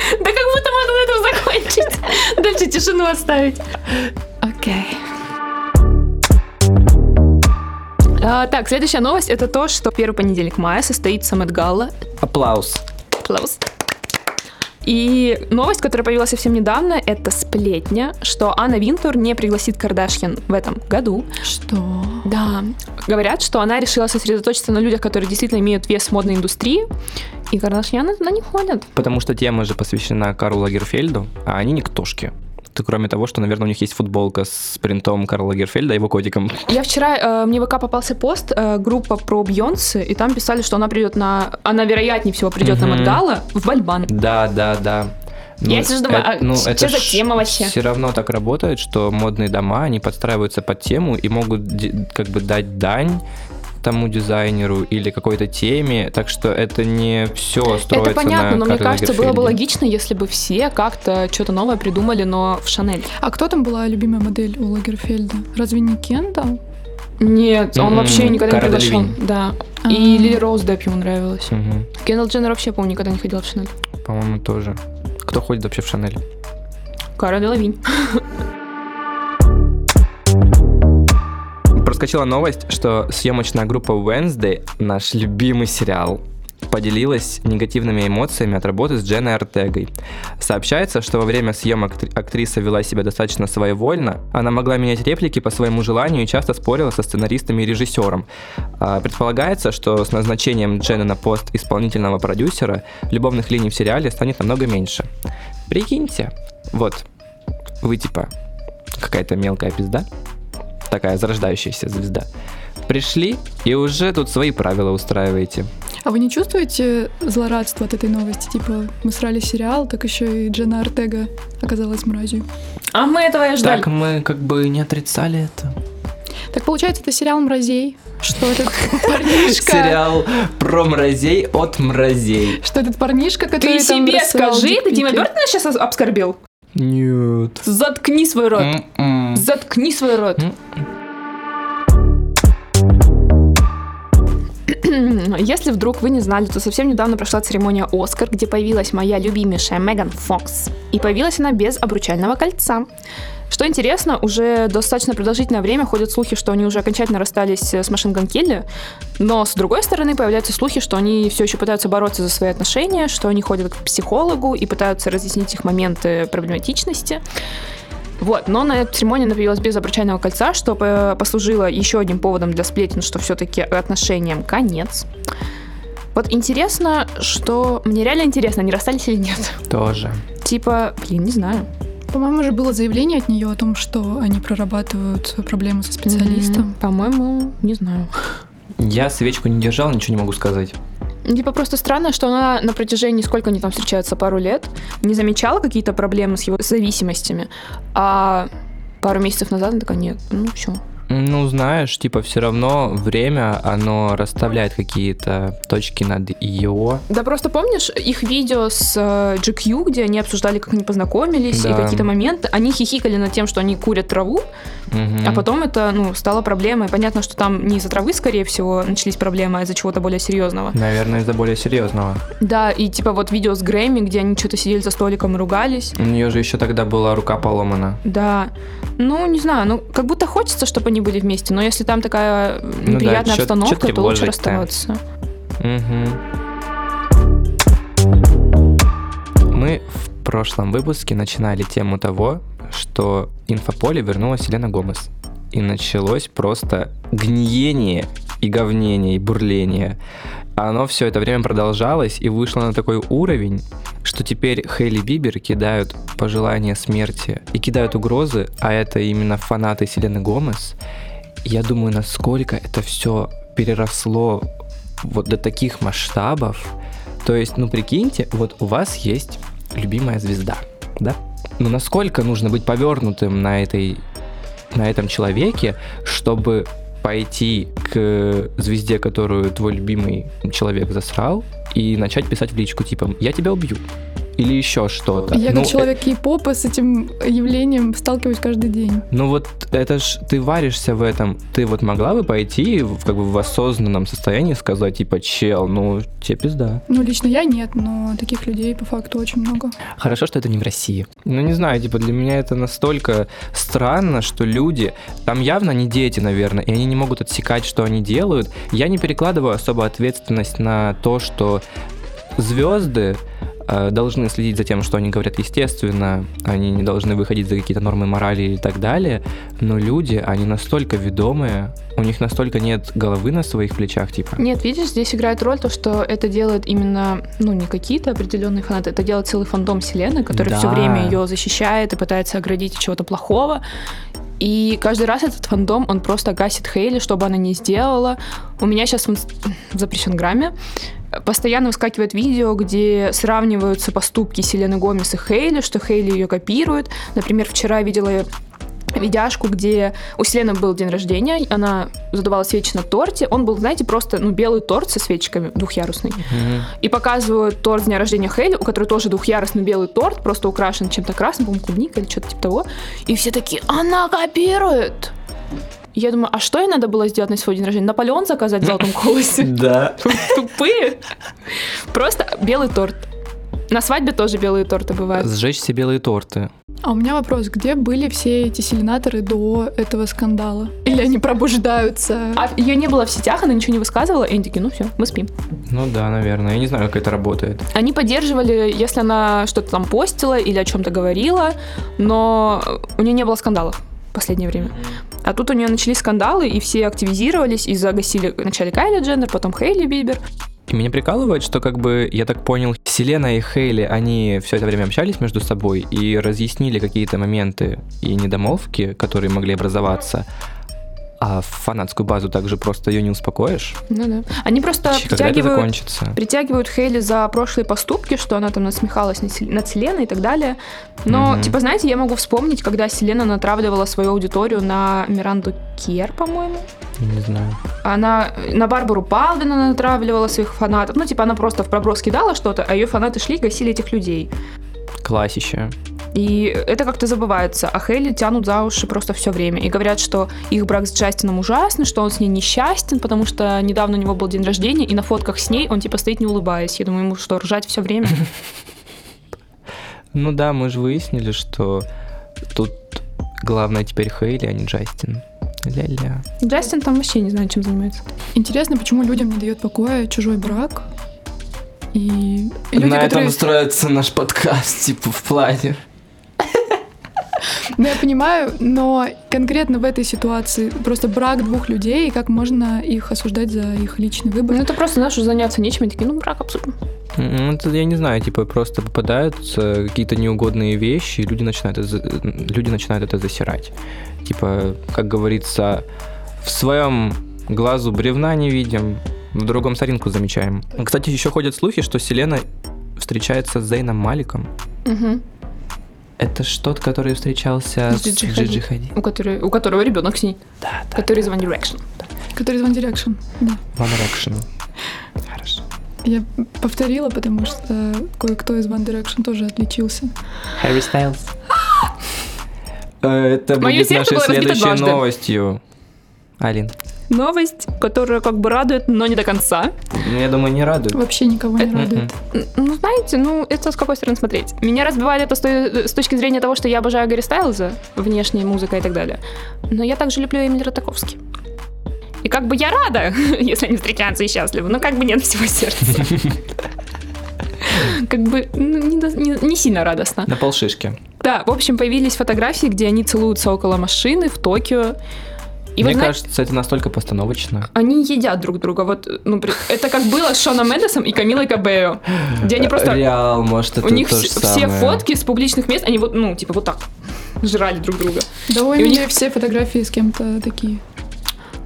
Speaker 1: как будто можно на этом закончить. Дальше тишину оставить.
Speaker 4: Окей.
Speaker 1: А, так, следующая новость это то, что первый понедельник мая состоится Мэтт Галла.
Speaker 2: Аплаус.
Speaker 1: Аплодис. И новость, которая появилась совсем недавно, это сплетня, что Анна Винтур не пригласит Кардашьян в этом году.
Speaker 4: Что?
Speaker 1: Да, говорят, что она решила сосредоточиться на людях, которые действительно имеют вес в модной индустрии, и Кардашьяны на них ходят.
Speaker 2: Потому что тема же посвящена Карлу Лагерфельду, а они никтошки. Ты, кроме того, что, наверное, у них есть футболка с принтом Карла Лагерфельда и его котиком.
Speaker 1: Я вчера, э, мне в ВК попался пост, э, группа про Бьонсы, и там писали, что она придет на... Она, вероятнее всего, придет на
Speaker 2: Мгм.
Speaker 1: Мадгала в Бальбан.
Speaker 2: Да, да, да. Ну, э,
Speaker 1: Я сижу, думаю, а что за тема вообще?
Speaker 2: Все равно так работает, что модные дома, они подстраиваются под тему и могут де- как бы дать дань тому дизайнеру или какой-то теме, так что это не все строится
Speaker 1: Это понятно,
Speaker 2: на
Speaker 1: но мне
Speaker 2: Карле
Speaker 1: кажется, было бы
Speaker 2: Лагерфельде.
Speaker 1: логично, если бы все как-то что-то новое придумали, но в Шанель.
Speaker 4: А кто там была любимая модель у Лагерфельда? Разве не Кенда?
Speaker 1: Нет, он
Speaker 2: М-м,
Speaker 1: вообще никогда не
Speaker 2: Кара
Speaker 1: приглашен.
Speaker 2: Делевинь.
Speaker 1: Да.
Speaker 4: А.
Speaker 1: И Лили Роуз Депп ему нравилась.
Speaker 2: Мгм.
Speaker 1: Кендалл Дженнер вообще, по-моему, никогда не ходила в Шанель.
Speaker 2: По-моему, тоже. Кто ходит вообще в Шанель?
Speaker 1: Кара Делавинь.
Speaker 2: Проскочила новость, что съемочная группа Wednesday, наш любимый сериал, поделилась негативными эмоциями от работы с Дженной Артегой. Сообщается, что во время съемок актри- актриса вела себя достаточно своевольно. Она могла менять реплики по своему желанию и часто спорила со сценаристами и режиссером. А, Предполагается, что с назначением Дженны на пост исполнительного продюсера любовных линий в сериале станет намного меньше. Прикиньте, вот, вы типа какая-то мелкая пизда, такая зарождающаяся звезда. Пришли и уже тут свои правила устраиваете.
Speaker 4: А вы не чувствуете злорадства от этой новости? Типа, мы срали сериал, так еще и Джена Артега оказалась мразью.
Speaker 1: А мы этого и ждали.
Speaker 2: Так мы как бы не отрицали это.
Speaker 4: Так получается, это сериал мразей.
Speaker 2: <laughs>
Speaker 4: Что этот парнишка...
Speaker 2: Сериал про мразей от мразей.
Speaker 4: Что этот парнишка, который
Speaker 1: Ты
Speaker 4: там
Speaker 1: себе
Speaker 4: рассылал
Speaker 1: скажи, ты
Speaker 4: дикпики.
Speaker 1: Тима Бертона сейчас обскорбил?
Speaker 2: Нет.
Speaker 1: Заткни свой рот.
Speaker 2: М-м.
Speaker 1: Заткни свой рот. <clears throat> Если вдруг вы не знали, то совсем недавно прошла церемония «Оскар», где появилась моя любимейшая Меган Фокс. И появилась она без обручального кольца. Что интересно, уже достаточно продолжительное время ходят слухи, что они уже окончательно расстались э, с Машин Ган Келли, но с другой стороны появляются слухи, что они все еще пытаются бороться за свои отношения, что они ходят к психологу и пытаются разъяснить их моменты проблематичности. Вот, но на эту церемонию она появилась без обручального кольца, что э, послужило еще одним поводом для сплетен, что все-таки отношениям конец. Вот интересно, что... Мне реально интересно, они расстались или нет.
Speaker 2: Тоже.
Speaker 1: Типа, блин, не знаю.
Speaker 4: По-моему, же было заявление от нее о том, что они прорабатывают проблему со специалистом.
Speaker 1: Мгм. По-моему, не знаю.
Speaker 2: Я свечку не держал, ничего не могу сказать.
Speaker 1: Типа просто странно, что она на протяжении, сколько они там встречаются, пару лет, не замечала какие-то проблемы с его зависимостями, а пару месяцев назад она такая, нет, ну все.
Speaker 2: Ну, знаешь, типа, все равно время, оно расставляет какие-то точки над ее.
Speaker 1: Да просто помнишь их видео с э, GQ, где они обсуждали, как они познакомились, и
Speaker 2: Да.
Speaker 1: какие-то моменты, они хихикали над тем, что они курят траву,
Speaker 2: Мгм.
Speaker 1: а потом это, ну, стало проблемой. Понятно, что там не из-за травы, скорее всего, начались проблемы, а из-за чего-то более серьезного.
Speaker 2: Наверное, из-за более серьезного.
Speaker 1: Да, и типа вот видео с Грэмми, где они что-то сидели за столиком и ругались.
Speaker 2: У нее же еще тогда была рука поломана.
Speaker 1: Да. Ну, не знаю, ну, как будто хочется, чтобы они были вместе, но если там такая м,
Speaker 2: Ну да,
Speaker 1: неприятная
Speaker 2: чё- чё
Speaker 1: обстановка, то лучше
Speaker 2: тревожить-то?
Speaker 1: расставаться.
Speaker 2: Мгм. Мы в прошлом выпуске начинали тему того, что инфополе вернулась Елена Гомес. И началось просто гниение и говнение, и бурление. Оно все это время продолжалось и вышло на такой уровень, что теперь Хейли Бибер кидают пожелания смерти и кидают угрозы, а это именно фанаты Селены Гомес. Я думаю, насколько это все переросло вот до таких масштабов. То есть, ну прикиньте, вот у вас есть любимая звезда, да? Ну насколько нужно быть повернутым на этой, на этом человеке, чтобы пойти к звезде, которую твой любимый человек засрал, и начать писать в личку, типа, я тебя убью. Или еще что-то.
Speaker 4: Я
Speaker 2: Ну,
Speaker 4: как человек кей-попа с этим явлением сталкиваюсь каждый день.
Speaker 2: ну вот это ж ты варишься в этом. Ты вот могла бы пойти в, как бы в осознанном состоянии сказать, типа, чел, ну тебе пизда.
Speaker 4: Ну, лично я нет, но таких людей по факту очень много.
Speaker 2: Хорошо, что это не в России. Ну не знаю, типа для меня это настолько странно, что люди, там явно не дети, наверное, и они не могут отсекать, что они делают. Я не перекладываю особо ответственность на то, что звезды э, должны следить за тем, что они говорят, естественно, они не должны выходить за какие-то нормы морали и так далее, но люди, они настолько ведомые, у них настолько нет головы на своих плечах, типа.
Speaker 1: Нет, видишь, здесь играет роль то, что это делает именно, ну, не какие-то определенные фанаты, это делает целый фандом Селены, который все
Speaker 2: Да.
Speaker 1: время ее защищает и пытается оградить от чего-то плохого. И каждый раз этот фандом, он просто гасит Хейли, что бы она ни сделала. У меня сейчас в, <clears throat> инст- в запрещенграмме постоянно выскакивает видео, где сравниваются поступки Селены Гомес и Хейли, что Хейли ее копирует. Например, вчера видела я видяшку, где у Селены был день рождения, и она задувала свечи на торте. Он был, знаете, просто ну, белый торт со свечками, двухъярусный. И показывают торт с дня рождения Хейли, у которой тоже двухъярусный белый торт, просто украшен чем-то красным, по-моему, клубникой или что-то типа того. И все такие, она копирует! Я думаю, а что ей надо было сделать на свой день рождения? Наполеон заказать в золотом колосе?
Speaker 2: Да.
Speaker 1: <laughs> Тупые! Просто белый торт. На свадьбе тоже белые торты бывают.
Speaker 2: Сжечь все белые торты.
Speaker 4: А у меня вопрос, где были все эти селенаторы до этого скандала? Или они пробуждаются?
Speaker 1: А ее не было в сетях, она ничего не высказывала, и они такие, ну все, мы спим.
Speaker 2: Ну да, наверное. Я не знаю, как это работает.
Speaker 1: Они поддерживали, если она что-то там постила или о чем-то говорила, но у нее не было скандалов в последнее время. А тут у нее начались скандалы, и все активизировались, и загасили вначале Кайли Дженнер, потом Хейли Бибер.
Speaker 2: И меня прикалывает, что как бы, я так понял, Селена и Хейли, они все это время общались между собой и разъяснили какие-то моменты и недомолвки, которые могли образоваться. А фанатскую базу также просто ее не успокоишь.
Speaker 1: Ну да. Они просто
Speaker 2: Вообще, Когда это
Speaker 1: притягивают
Speaker 2: закончится?
Speaker 1: притягивают Хейли за прошлые поступки, что она там насмехалась над Сел- над Селеной и так далее. Но,
Speaker 2: Мгм.
Speaker 1: типа, знаете, я могу вспомнить, когда Селена натравливала свою аудиторию на Миранду Кер, по-моему.
Speaker 2: Я Не знаю.
Speaker 1: Она на Барбару Палвин она натравливала своих фанатов. Ну, типа, она просто в проброс кидала что-то, а ее фанаты шли и гасили этих людей.
Speaker 2: Классище.
Speaker 1: И это как-то забывается. А Хейли тянут за уши просто все время. И говорят, что их брак с Джастином ужасный, что он с ней несчастен, потому что недавно у него был день рождения, и на фотках с ней он, типа, стоит не улыбаясь. Я думаю, ему что, ржать все
Speaker 2: <laughs>
Speaker 1: время?
Speaker 2: Ну да, мы же выяснили, что тут главное теперь Хейли, а не Джастин. Ля-ля.
Speaker 1: Джастин там вообще не знаю, чем занимается.
Speaker 4: Интересно, почему людям не дает покоя чужой брак? И люди, которые...
Speaker 2: строится наш подкаст, типа, в плане.
Speaker 4: Да, Ну, я понимаю, но конкретно в этой ситуации просто брак двух людей, и как можно их осуждать за их личный
Speaker 1: Ну,
Speaker 4: выбор?
Speaker 1: это просто, знаешь, заняться нечем, и такие, ну, брак обсудим.
Speaker 2: М, это я не знаю, типа просто попадаются какие-то неугодные вещи, и люди начинают это, за- люди начинают это засирать. Типа, как говорится, в своем глазу бревна не видим, в другом соринку замечаем. Кстати, еще ходят слухи, что Селена встречается с Зейном Маликом.
Speaker 1: Мгм.
Speaker 2: Это ж тот, который встречался
Speaker 1: С
Speaker 2: с
Speaker 1: Джиджи
Speaker 2: Джиджи Хади.
Speaker 1: У, которой, у которого ребенок с ней,
Speaker 2: Да, да.
Speaker 1: который из One Direction.
Speaker 4: Который из One Direction. Да.
Speaker 2: One Direction. Хорошо.
Speaker 4: Я повторила, потому что кое-кто из One Direction тоже отличился.
Speaker 2: Harry Styles. Э, Это
Speaker 1: Моё
Speaker 2: будет
Speaker 1: сердце
Speaker 2: нашей
Speaker 1: было разбито
Speaker 2: следующей
Speaker 1: дважды.
Speaker 2: новостью. Алин,
Speaker 1: Новость, которая как бы радует, но не до конца.
Speaker 2: ну, я думаю, не радует.
Speaker 4: Вообще никого не
Speaker 1: Э,
Speaker 2: М-м.
Speaker 4: радует.
Speaker 1: Н- Ну, знаете, ну, это с какой стороны смотреть. Меня разбивает это с, той- э, с точки зрения того, что я обожаю Гарри Стайлза, внешняя музыка и так далее. Но я также люблю Эмили Ротаковски. И как бы я рада, <laughs> если они встречаются и счастливы, но как бы нет всего сердца. <laughs> Как бы ну, не до- не не сильно радостно.
Speaker 2: На полшишки.
Speaker 1: Да, в общем, появились фотографии, где они целуются около машины в Токио. И
Speaker 2: Мне
Speaker 1: вот, знаете,
Speaker 2: кажется, это настолько постановочно.
Speaker 1: они едят друг друга. Вот, ну, при- это как было с Шоном Мендесом и Камилой Кабео, где они просто
Speaker 2: Э, Реал, может, это
Speaker 1: у них
Speaker 2: то
Speaker 1: вс-
Speaker 2: же
Speaker 1: все,
Speaker 2: самое.
Speaker 1: фотки с публичных мест, они вот, ну, типа вот так жрали друг друга.
Speaker 4: Да у
Speaker 1: И у
Speaker 4: Эмили
Speaker 1: них-
Speaker 4: все фотографии с кем-то такие.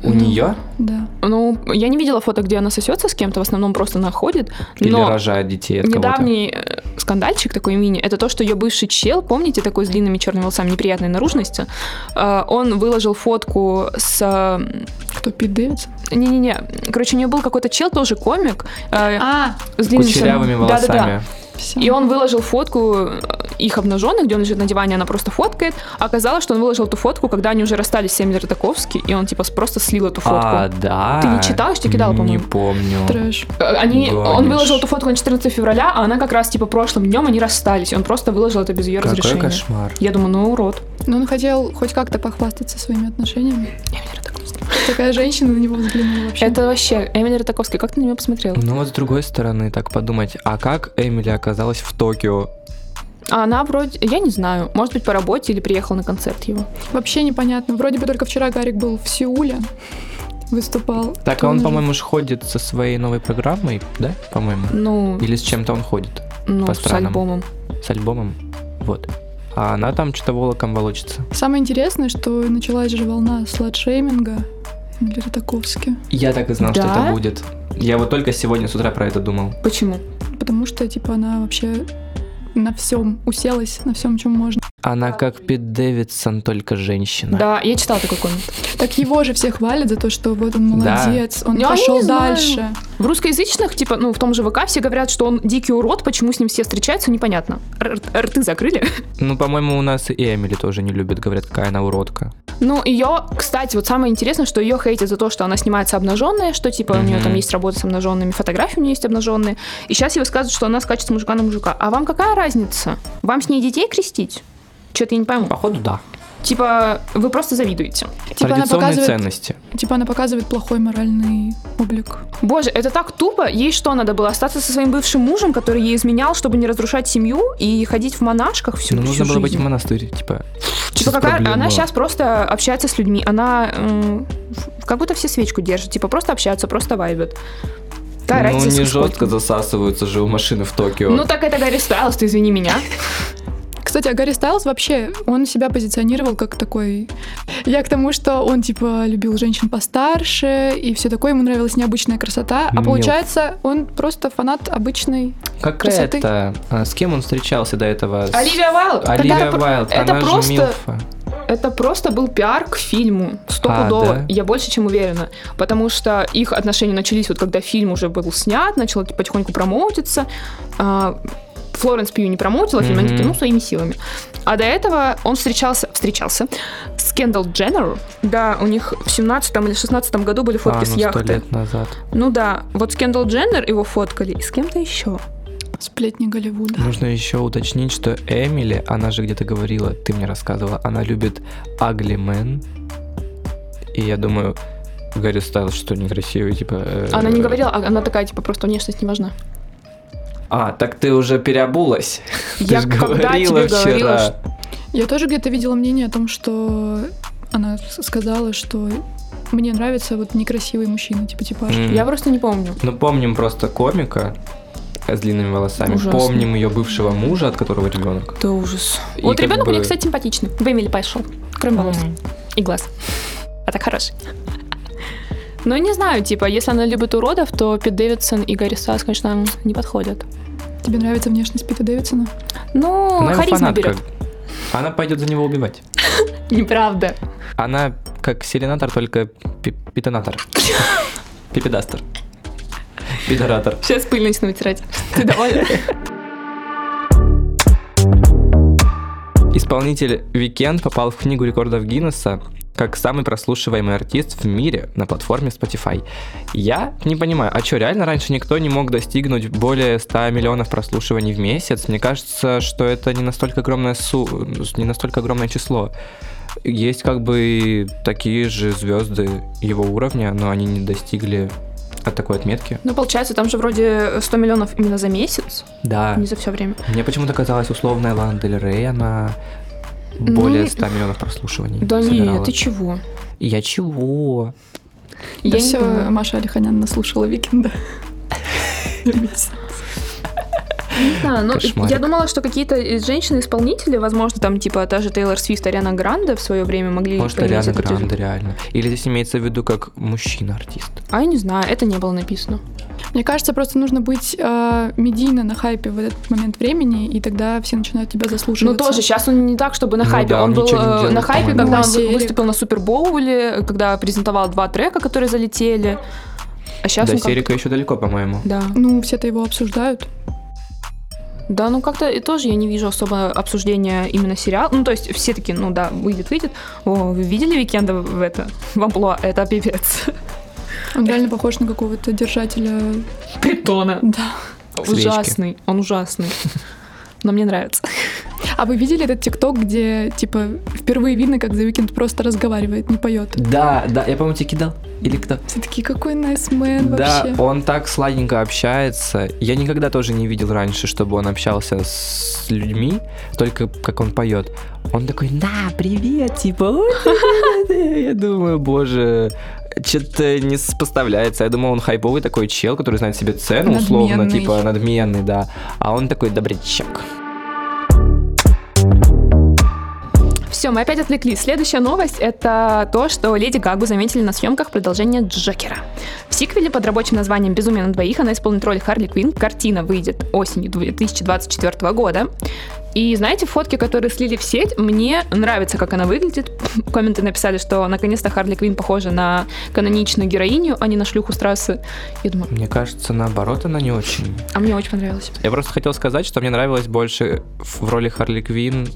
Speaker 2: У нее?
Speaker 4: Да.
Speaker 1: Ну, я не видела фото, где она сосется с кем-то, в основном просто находит.
Speaker 2: Или
Speaker 1: но
Speaker 2: рожает детей от кого-то?
Speaker 1: недавний э, скандальчик такой мини, это то, что ее бывший чел, помните, такой с длинными черными волосами, неприятной наружности, э, он выложил фотку с... э,
Speaker 4: Кто Пит Дэвидсон?
Speaker 1: Не-не-не, короче, у нее был какой-то чел, тоже комик, э,
Speaker 4: А,
Speaker 1: с длинными
Speaker 2: Кучерявыми
Speaker 1: черными- Да-да-да.
Speaker 2: волосами.
Speaker 4: все.
Speaker 1: И он выложил фотку э, их обнаженных, где он лежит на диване, она просто фоткает. Оказалось, что он выложил эту фотку, когда они уже расстались с Эмили Ротаковски, и он типа просто слил эту фотку.
Speaker 2: А, да.
Speaker 1: Ты не читала, что я кидала,
Speaker 2: Не
Speaker 1: по-моему?
Speaker 2: помню.
Speaker 4: Трэш.
Speaker 1: Э, Они, он
Speaker 2: Гонишь.
Speaker 1: выложил эту фотку на 14 февраля, а она как раз типа прошлым днем они расстались. Он просто выложил это без ее
Speaker 2: Какой
Speaker 1: разрешения.
Speaker 2: кошмар.
Speaker 1: Я думаю, ну урод.
Speaker 4: Но он хотел хоть как-то похвастаться своими отношениями. Такая женщина на него взглянула вообще.
Speaker 1: Это вообще Эмили Ротаковски, как ты на нее посмотрела?
Speaker 2: Ну вот с другой стороны, так подумать, а как Эмили оказалась в Токио?
Speaker 1: А она вроде, я не знаю, может быть по работе или приехала на концерт его.
Speaker 4: Вообще непонятно. Вроде бы только вчера Гарик был в Сеуле, выступал.
Speaker 2: Так, а он,
Speaker 4: же-
Speaker 2: по-моему, ж ходит со своей новой программой, да, по-моему?
Speaker 1: Ну,
Speaker 2: Или с чем-то он ходит?
Speaker 1: ну
Speaker 2: по
Speaker 1: с
Speaker 2: странам.
Speaker 1: альбомом.
Speaker 2: С альбомом? Вот. А она там что-то волоком волочится.
Speaker 4: Самое интересное, что началась же волна сладшейминга для Ротаковски.
Speaker 2: Я так и знал, что
Speaker 1: Да?
Speaker 2: это будет. Я вот только сегодня с утра про это думал.
Speaker 1: Почему?
Speaker 4: Потому что, типа, она вообще на всем уселась, на всем, чем можно.
Speaker 2: Она как Пит Дэвидсон, только женщина.
Speaker 1: Да, я читала такой коммент.
Speaker 4: Так его же все хвалят за то, что вот он
Speaker 2: Да.
Speaker 4: молодец,
Speaker 1: Я
Speaker 4: он
Speaker 1: не
Speaker 4: пошел
Speaker 1: знаю.
Speaker 4: дальше.
Speaker 1: В русскоязычных, типа, ну, в том же ВК все говорят, что он дикий урод, почему с ним все встречаются, непонятно. Р- р- рты закрыли. <laughs>
Speaker 2: Ну, по-моему, у нас и Эмили тоже не любит, говорят, какая она уродка.
Speaker 1: Ну, ее, кстати, вот самое интересное, что ее хейтят за то, что она снимается обнаженная, что, типа, у нее
Speaker 2: Мгм.
Speaker 1: там есть работа с обнаженными, фотографии у нее есть обнаженные. И сейчас ей высказывают, что она скачет с мужика на мужика. А вам какая разница? Вам с ней детей крестить? Что-то я не пойму.
Speaker 2: Походу, да.
Speaker 1: Типа, вы просто завидуете.
Speaker 4: Типа она,
Speaker 2: Традиционные
Speaker 4: показывает,
Speaker 2: ценности.
Speaker 4: типа она показывает плохой моральный облик.
Speaker 1: Боже, это так тупо. Ей что, надо было остаться со своим бывшим мужем, который ей изменял, чтобы не разрушать семью и ходить в монашках всю,
Speaker 2: ну,
Speaker 1: всю
Speaker 2: нужно было
Speaker 1: жизнь?
Speaker 2: быть в монастырь, типа.
Speaker 1: Типа
Speaker 2: без
Speaker 1: какая,
Speaker 2: проблем
Speaker 1: она
Speaker 2: было.
Speaker 1: сейчас просто общается с людьми, она м, как будто все свечку держит, типа просто общаются, просто вайбят. Какая
Speaker 2: ну,
Speaker 1: разница,
Speaker 2: не
Speaker 1: сколько?
Speaker 2: жестко засасываются же у машины в Токио.
Speaker 1: Ну так это Гарри Стайлс, ты извини меня.
Speaker 4: Кстати, а Гарри Стайлз вообще, он себя позиционировал как такой... Я к тому, что он, типа, любил женщин постарше и все такое, ему нравилась необычная красота, а
Speaker 2: Милф.
Speaker 4: получается, он просто фанат обычной...
Speaker 2: как
Speaker 4: красоты.
Speaker 2: это? А с кем он встречался до этого? С-
Speaker 1: Оливия Вайлд, так
Speaker 2: Оливия
Speaker 1: это, про-
Speaker 2: Вайлд,
Speaker 1: это
Speaker 2: она
Speaker 1: просто-
Speaker 2: же Милфа.
Speaker 1: это просто был пиар к фильму, стопудово,
Speaker 2: А, да?
Speaker 1: я больше чем уверена, потому что их отношения начались вот когда фильм уже был снят, начал потихоньку промоутиться, А, Флоренс Пью не промоутила фильм, они
Speaker 2: Мгм.
Speaker 1: такие, ну, своими силами. А до этого он встречался, встречался с Кендалл Дженнер. Да, у них в 17 или 16 году были фотки
Speaker 2: А,
Speaker 1: с
Speaker 2: ну, сто
Speaker 1: яхты.
Speaker 2: лет назад.
Speaker 1: Ну да, вот с Кендалл Дженнер его фоткали, и с кем-то еще.
Speaker 4: Сплетни Голливуда.
Speaker 2: Нужно еще уточнить, что Эмили, она же где-то говорила, ты мне рассказывала, она любит Ugly Men. И я думаю, Гарри Стайлс, что некрасивый, типа... э,
Speaker 1: Она не говорила, а она такая, типа, просто внешность не важна.
Speaker 2: А, так ты уже переобулась. <laughs> Ты
Speaker 1: Я
Speaker 2: ж
Speaker 1: когда тебе
Speaker 2: говорила
Speaker 1: говорила,
Speaker 2: вчера.
Speaker 1: что-
Speaker 4: Я тоже где-то видела мнение о том, что она с- сказала, что мне нравятся вот некрасивые мужчины, типа типа
Speaker 2: М.
Speaker 1: Я просто не помню.
Speaker 2: Ну, помним просто комика, такая с длинными волосами.
Speaker 7: Ужасно.
Speaker 2: Помним ее бывшего мужа, от которого ребенок.
Speaker 7: Это ужас.
Speaker 2: И
Speaker 1: Вот
Speaker 2: как
Speaker 1: ребенок у
Speaker 2: бы-
Speaker 1: меня, кстати, симпатичный. В Эмили пошел. Кроме волос и глаз. А так хороший. Ну, не знаю, типа, если она любит уродов, то Пит Дэвидсон и Гарри Стас, конечно, м, не подходят.
Speaker 4: Тебе нравится внешность Пита Дэвидсона?
Speaker 1: Ну,
Speaker 2: Она его
Speaker 1: харизма
Speaker 2: фанатка.
Speaker 1: берет.
Speaker 2: Она пойдет за него убивать.
Speaker 1: Неправда.
Speaker 2: Она как селенатор, только пи- питонатор. Пипедастер. Пидоратор.
Speaker 1: Сейчас пыль начну вытирать. Ты довольна?
Speaker 2: Исполнитель Weekend попал в книгу рекордов Гиннесса как самый прослушиваемый артист в мире на платформе Spotify. Я не понимаю, а что, реально раньше никто не мог достигнуть более 100 миллионов прослушиваний в месяц? Мне кажется, что это не настолько огромное, су... не настолько огромное число. Есть как бы такие же звезды его уровня, но они не достигли от такой отметки.
Speaker 7: <laughs> Ну, получается, там же вроде 100 миллионов именно за месяц,
Speaker 2: Да.
Speaker 7: не за все время.
Speaker 2: Мне почему-то казалось, условная Лана Дель Рей, она
Speaker 7: Ну,
Speaker 2: более
Speaker 7: не-
Speaker 2: 100 миллионов прослушиваний
Speaker 7: Да
Speaker 2: собирала.
Speaker 7: нет, ты чего?
Speaker 2: Я чего?
Speaker 4: Да
Speaker 7: Я не
Speaker 4: все,
Speaker 7: понимаю.
Speaker 4: Маша Алиханян наслушала Викинда.
Speaker 7: Да, ну,
Speaker 2: Кошмарик.
Speaker 7: я думала, что какие-то э, женщины-исполнители, возможно, там, типа, та же Тейлор Свифт, Ариана Гранде в свое время могли...
Speaker 2: Может,
Speaker 7: принять
Speaker 2: Ариана
Speaker 7: этот результат.
Speaker 2: Гранде, реально. Или здесь имеется в виду как мужчина-артист.
Speaker 7: А я не знаю, это не было написано.
Speaker 4: Мне кажется, просто нужно быть э, медийно на хайпе в этот момент времени, и тогда все начинают тебя
Speaker 7: Ну,
Speaker 4: заслуживать.
Speaker 7: тоже, сейчас он не так, чтобы на
Speaker 2: Ну
Speaker 7: хайпе.
Speaker 2: да,
Speaker 7: он
Speaker 2: он
Speaker 7: был
Speaker 2: ничего не
Speaker 7: э,
Speaker 2: делает,
Speaker 7: на хайпе,
Speaker 2: по-моему.
Speaker 7: когда он
Speaker 4: Истерик.
Speaker 7: выступил на Супербоуле, когда презентовал два трека, которые залетели. А сейчас
Speaker 2: До
Speaker 7: он как-
Speaker 2: Серика еще далеко, по-моему.
Speaker 7: Да.
Speaker 4: Ну, все-то его обсуждают.
Speaker 7: Да, ну как-то и тоже я не вижу особо обсуждения именно сериала. Ну, то есть все такие, ну да, выйдет, выйдет. О, вы видели Викенда в это? В амплуа? Это пипец.
Speaker 4: Он реально похож на какого-то держателя.
Speaker 7: Притона.
Speaker 4: Да.
Speaker 2: Свечки.
Speaker 7: Ужасный, он ужасный. Но мне нравится.
Speaker 4: А вы видели этот ТикТок, где типа впервые видно, как The Weeknd просто разговаривает, не поет?
Speaker 2: Да, да, я, по-моему, тебе кидал. Или кто?
Speaker 4: Все такие, какой найсмен
Speaker 2: Да,
Speaker 4: вообще.
Speaker 2: он так сладенько общается. Я никогда тоже не видел раньше, чтобы он общался с людьми, только как он поет. Он такой, да, привет, типа, «Ой, привет». <laughs> я думаю, боже, что-то не сопоставляется. Я думал, он хайповый такой чел, который знает себе цену, условно,
Speaker 4: Надменный.
Speaker 2: типа, надменный, да. А он такой добрячок.
Speaker 1: Все, мы опять отвлеклись. Следующая новость — это то, что Леди Гагу заметили на съемках продолжения Джокера. В сиквеле под рабочим названием «Безумие на двоих» она исполнит роль Харли Квинн. Картина выйдет осенью 2024 года. И знаете, фотки, которые слили в сеть, мне нравится, как она выглядит. <laughs> Комменты написали, что наконец-то Харли Квинн похожа на каноничную героиню, а не на шлюху с трассы. Я думаю,
Speaker 2: Мне кажется, наоборот, она не очень.
Speaker 1: а мне очень понравилось.
Speaker 2: Я просто хотел сказать, что мне нравилось больше в роли Харли э, Квин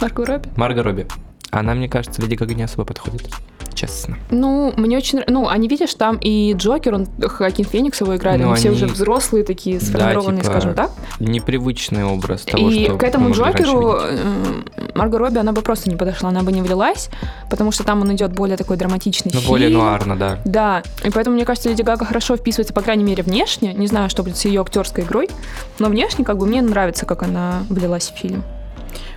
Speaker 1: Марко Робби?
Speaker 2: Марго Робби. Она, мне кажется, Леди Гага не особо подходит. Честно.
Speaker 1: Ну, мне очень нравится. Ну, они, видишь, там и Джокер, он Хакин Феникс его играет,
Speaker 2: Ну,
Speaker 1: они, все
Speaker 2: они-
Speaker 1: уже взрослые такие,
Speaker 2: Да,
Speaker 1: сформированные,
Speaker 2: типа,
Speaker 1: скажем так.
Speaker 2: Непривычный образ того,
Speaker 1: и
Speaker 2: что
Speaker 1: к этому
Speaker 2: мы могли раньше
Speaker 1: Джокеру
Speaker 2: видеть.
Speaker 1: э, Марго Робби, она бы просто не подошла, она бы не влилась, потому что там он идет более такой драматичный
Speaker 2: Ну,
Speaker 1: фильм.
Speaker 2: более нуарно, да.
Speaker 1: Да, и поэтому, мне кажется, Леди Гага хорошо вписывается, по крайней мере, внешне. Не знаю, что будет с ее актерской игрой, но внешне, как бы, мне нравится, как она влилась в фильм.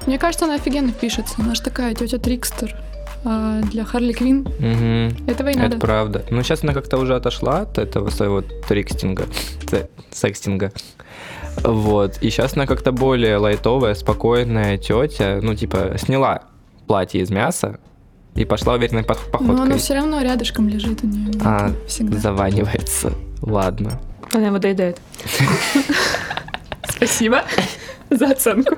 Speaker 4: Мне кажется, она офигенно пишется. Она же такая тетя Трикстер. А для Харли Квин
Speaker 2: Мгм.
Speaker 4: этого и
Speaker 2: Это
Speaker 4: надо.
Speaker 2: правда. Но сейчас она как-то уже отошла от этого своего трикстинга, <laughs> т- секстинга. Вот. И сейчас она как-то более лайтовая, спокойная тетя. Ну, типа, сняла платье из мяса и пошла уверенной пох-
Speaker 4: Но оно
Speaker 2: походкой.
Speaker 4: все равно рядышком лежит у нее.
Speaker 2: А,
Speaker 4: всегда.
Speaker 2: Заванивается. Ладно.
Speaker 1: Она его
Speaker 2: <laughs>
Speaker 1: доедает. Спасибо за оценку.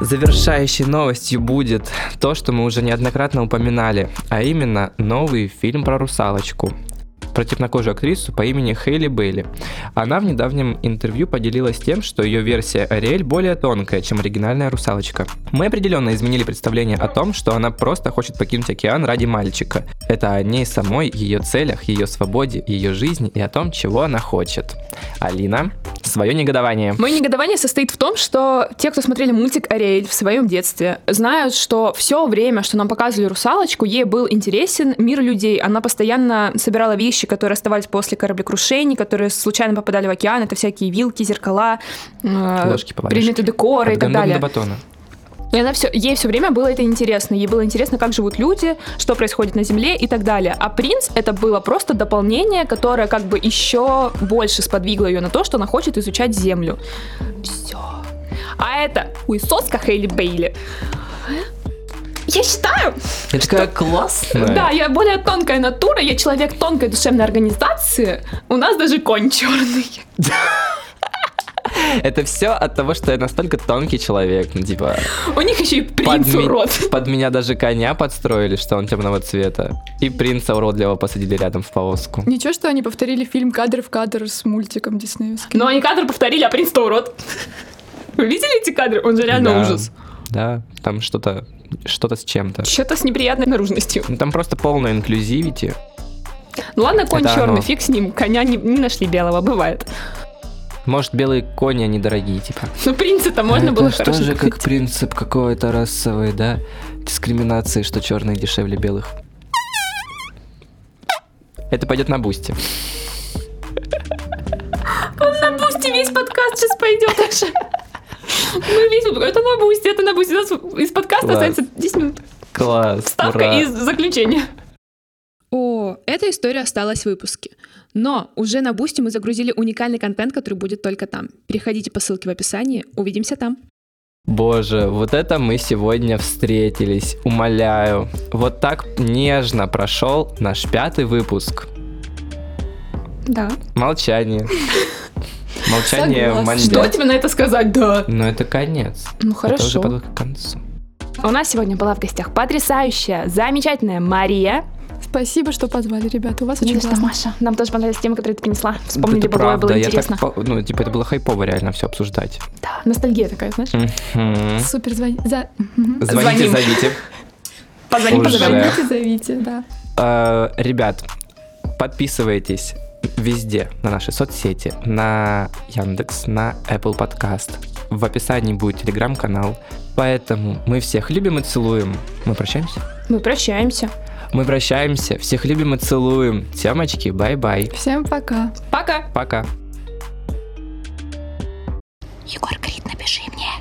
Speaker 2: Завершающей новостью будет то, что мы уже неоднократно упоминали, а именно новый фильм про русалочку про темнокожую актрису по имени Хейли Бейли. Она в недавнем интервью поделилась тем, что ее версия Ариэль более тонкая, чем оригинальная русалочка. Мы определенно изменили представление о том, что она просто хочет покинуть океан ради мальчика. Это о ней самой, ее целях, ее свободе, ее жизни и о том, чего она хочет. Алина, свое негодование.
Speaker 7: Мое негодование состоит в том, что те, кто смотрели мультик Ариэль в своем детстве, знают, что все время, что нам показывали русалочку, ей был интересен мир людей. Она постоянно собирала вещи, которые оставались после кораблекрушений, которые случайно попадали в океан. Это всякие вилки, зеркала, э,
Speaker 2: Ложки, поваришки.
Speaker 7: предметы декора и
Speaker 2: От
Speaker 7: так
Speaker 2: гандона
Speaker 7: далее.
Speaker 2: до батона.
Speaker 1: И она все, ей все время было это интересно. Ей было интересно, как живут люди, что происходит на Земле и так далее. А принц это было просто дополнение, которое как бы еще больше сподвигло ее на то, что она хочет изучать Землю. Все. А это уисоска Хейли Бейли. Я считаю,
Speaker 2: Я такая классная.
Speaker 1: да, я более тонкая натура, я человек тонкой душевной организации. У нас даже конь черный.
Speaker 2: Это все от того, что я настолько тонкий человек.
Speaker 1: <gasps>
Speaker 2: Ну, типа,
Speaker 1: У них еще и принц
Speaker 2: под, ми-
Speaker 1: урод.
Speaker 2: <laughs> под меня даже коня подстроили, что он темного цвета. И принца уродливого посадили рядом в повозку.
Speaker 4: Ничего, что они повторили фильм кадр в кадр с мультиком диснеевским.
Speaker 1: Но они кадры повторили, а принц-то урод. Вы видели эти кадры? Он же реально
Speaker 2: Да.
Speaker 1: ужас.
Speaker 2: Да, там что-то что-то с чем-то.
Speaker 1: Что-то с неприятной наружностью.
Speaker 2: Ну, там просто полная инклюзивити.
Speaker 1: Ну ладно, конь
Speaker 2: Это
Speaker 1: черный,
Speaker 2: оно.
Speaker 1: фиг с ним. Коня не, не нашли белого, бывает.
Speaker 2: Может, белые кони, они дорогие, типа.
Speaker 1: Но Ну, принца-то можно было
Speaker 2: что
Speaker 1: хороший
Speaker 2: же как
Speaker 1: купить.
Speaker 2: принцип какой-то расовой, да, дискриминации, что черные дешевле белых. Это пойдет на бусте.
Speaker 1: На бусте весь подкаст сейчас пойдет уже. Мы весь, это на бусте, это на бусте. У нас из подкаста
Speaker 2: Класс.
Speaker 1: остается 10 минут.
Speaker 2: Класс,
Speaker 1: Ставка
Speaker 2: ура.
Speaker 1: из заключения.
Speaker 8: О, эта история осталась в выпуске. Но уже на Бусти мы загрузили уникальный контент, который будет только там. Переходите по ссылке в описании. Увидимся там.
Speaker 2: Боже, вот это мы сегодня встретились, умоляю. Вот так нежно прошел наш пятый выпуск.
Speaker 1: Да.
Speaker 2: Молчание. Молчание в
Speaker 4: Согласна.
Speaker 2: манде.
Speaker 1: Что тебе на это сказать, да?
Speaker 2: Но это конец.
Speaker 1: Ну
Speaker 2: Это уже
Speaker 1: хорошо.
Speaker 2: подводка к концу.
Speaker 1: У нас сегодня была в гостях потрясающая, замечательная Мария.
Speaker 4: Спасибо, что позвали, ребята. У вас очень классно.
Speaker 1: Маша. Нам тоже понравились темы, которые ты принесла. Вспомнили
Speaker 2: это
Speaker 1: бывало,
Speaker 2: правда,
Speaker 1: было
Speaker 2: я
Speaker 1: интересно.
Speaker 2: так, по- ну, типа, это было хайпово реально все обсуждать.
Speaker 1: Да, ностальгия такая, знаешь?
Speaker 2: Мгм.
Speaker 4: Супер, звони- за- мгм.
Speaker 2: Звоните,
Speaker 1: Звоним.
Speaker 2: зовите.
Speaker 1: Позвоним,
Speaker 2: Уже.
Speaker 1: позвоним.
Speaker 4: Звоните, зовите, да.
Speaker 2: Э, Ребят, подписывайтесь везде на наши соцсети, на Яндекс, на Apple Podcast. В описании будет телеграм-канал. Поэтому мы всех любим и целуем. Мы прощаемся?
Speaker 1: Мы прощаемся.
Speaker 2: Мы прощаемся. Всех любим и целуем. Темочки, бай-бай.
Speaker 4: Всем пока.
Speaker 1: Пока.
Speaker 2: Пока.
Speaker 9: Егор Крид, напиши мне.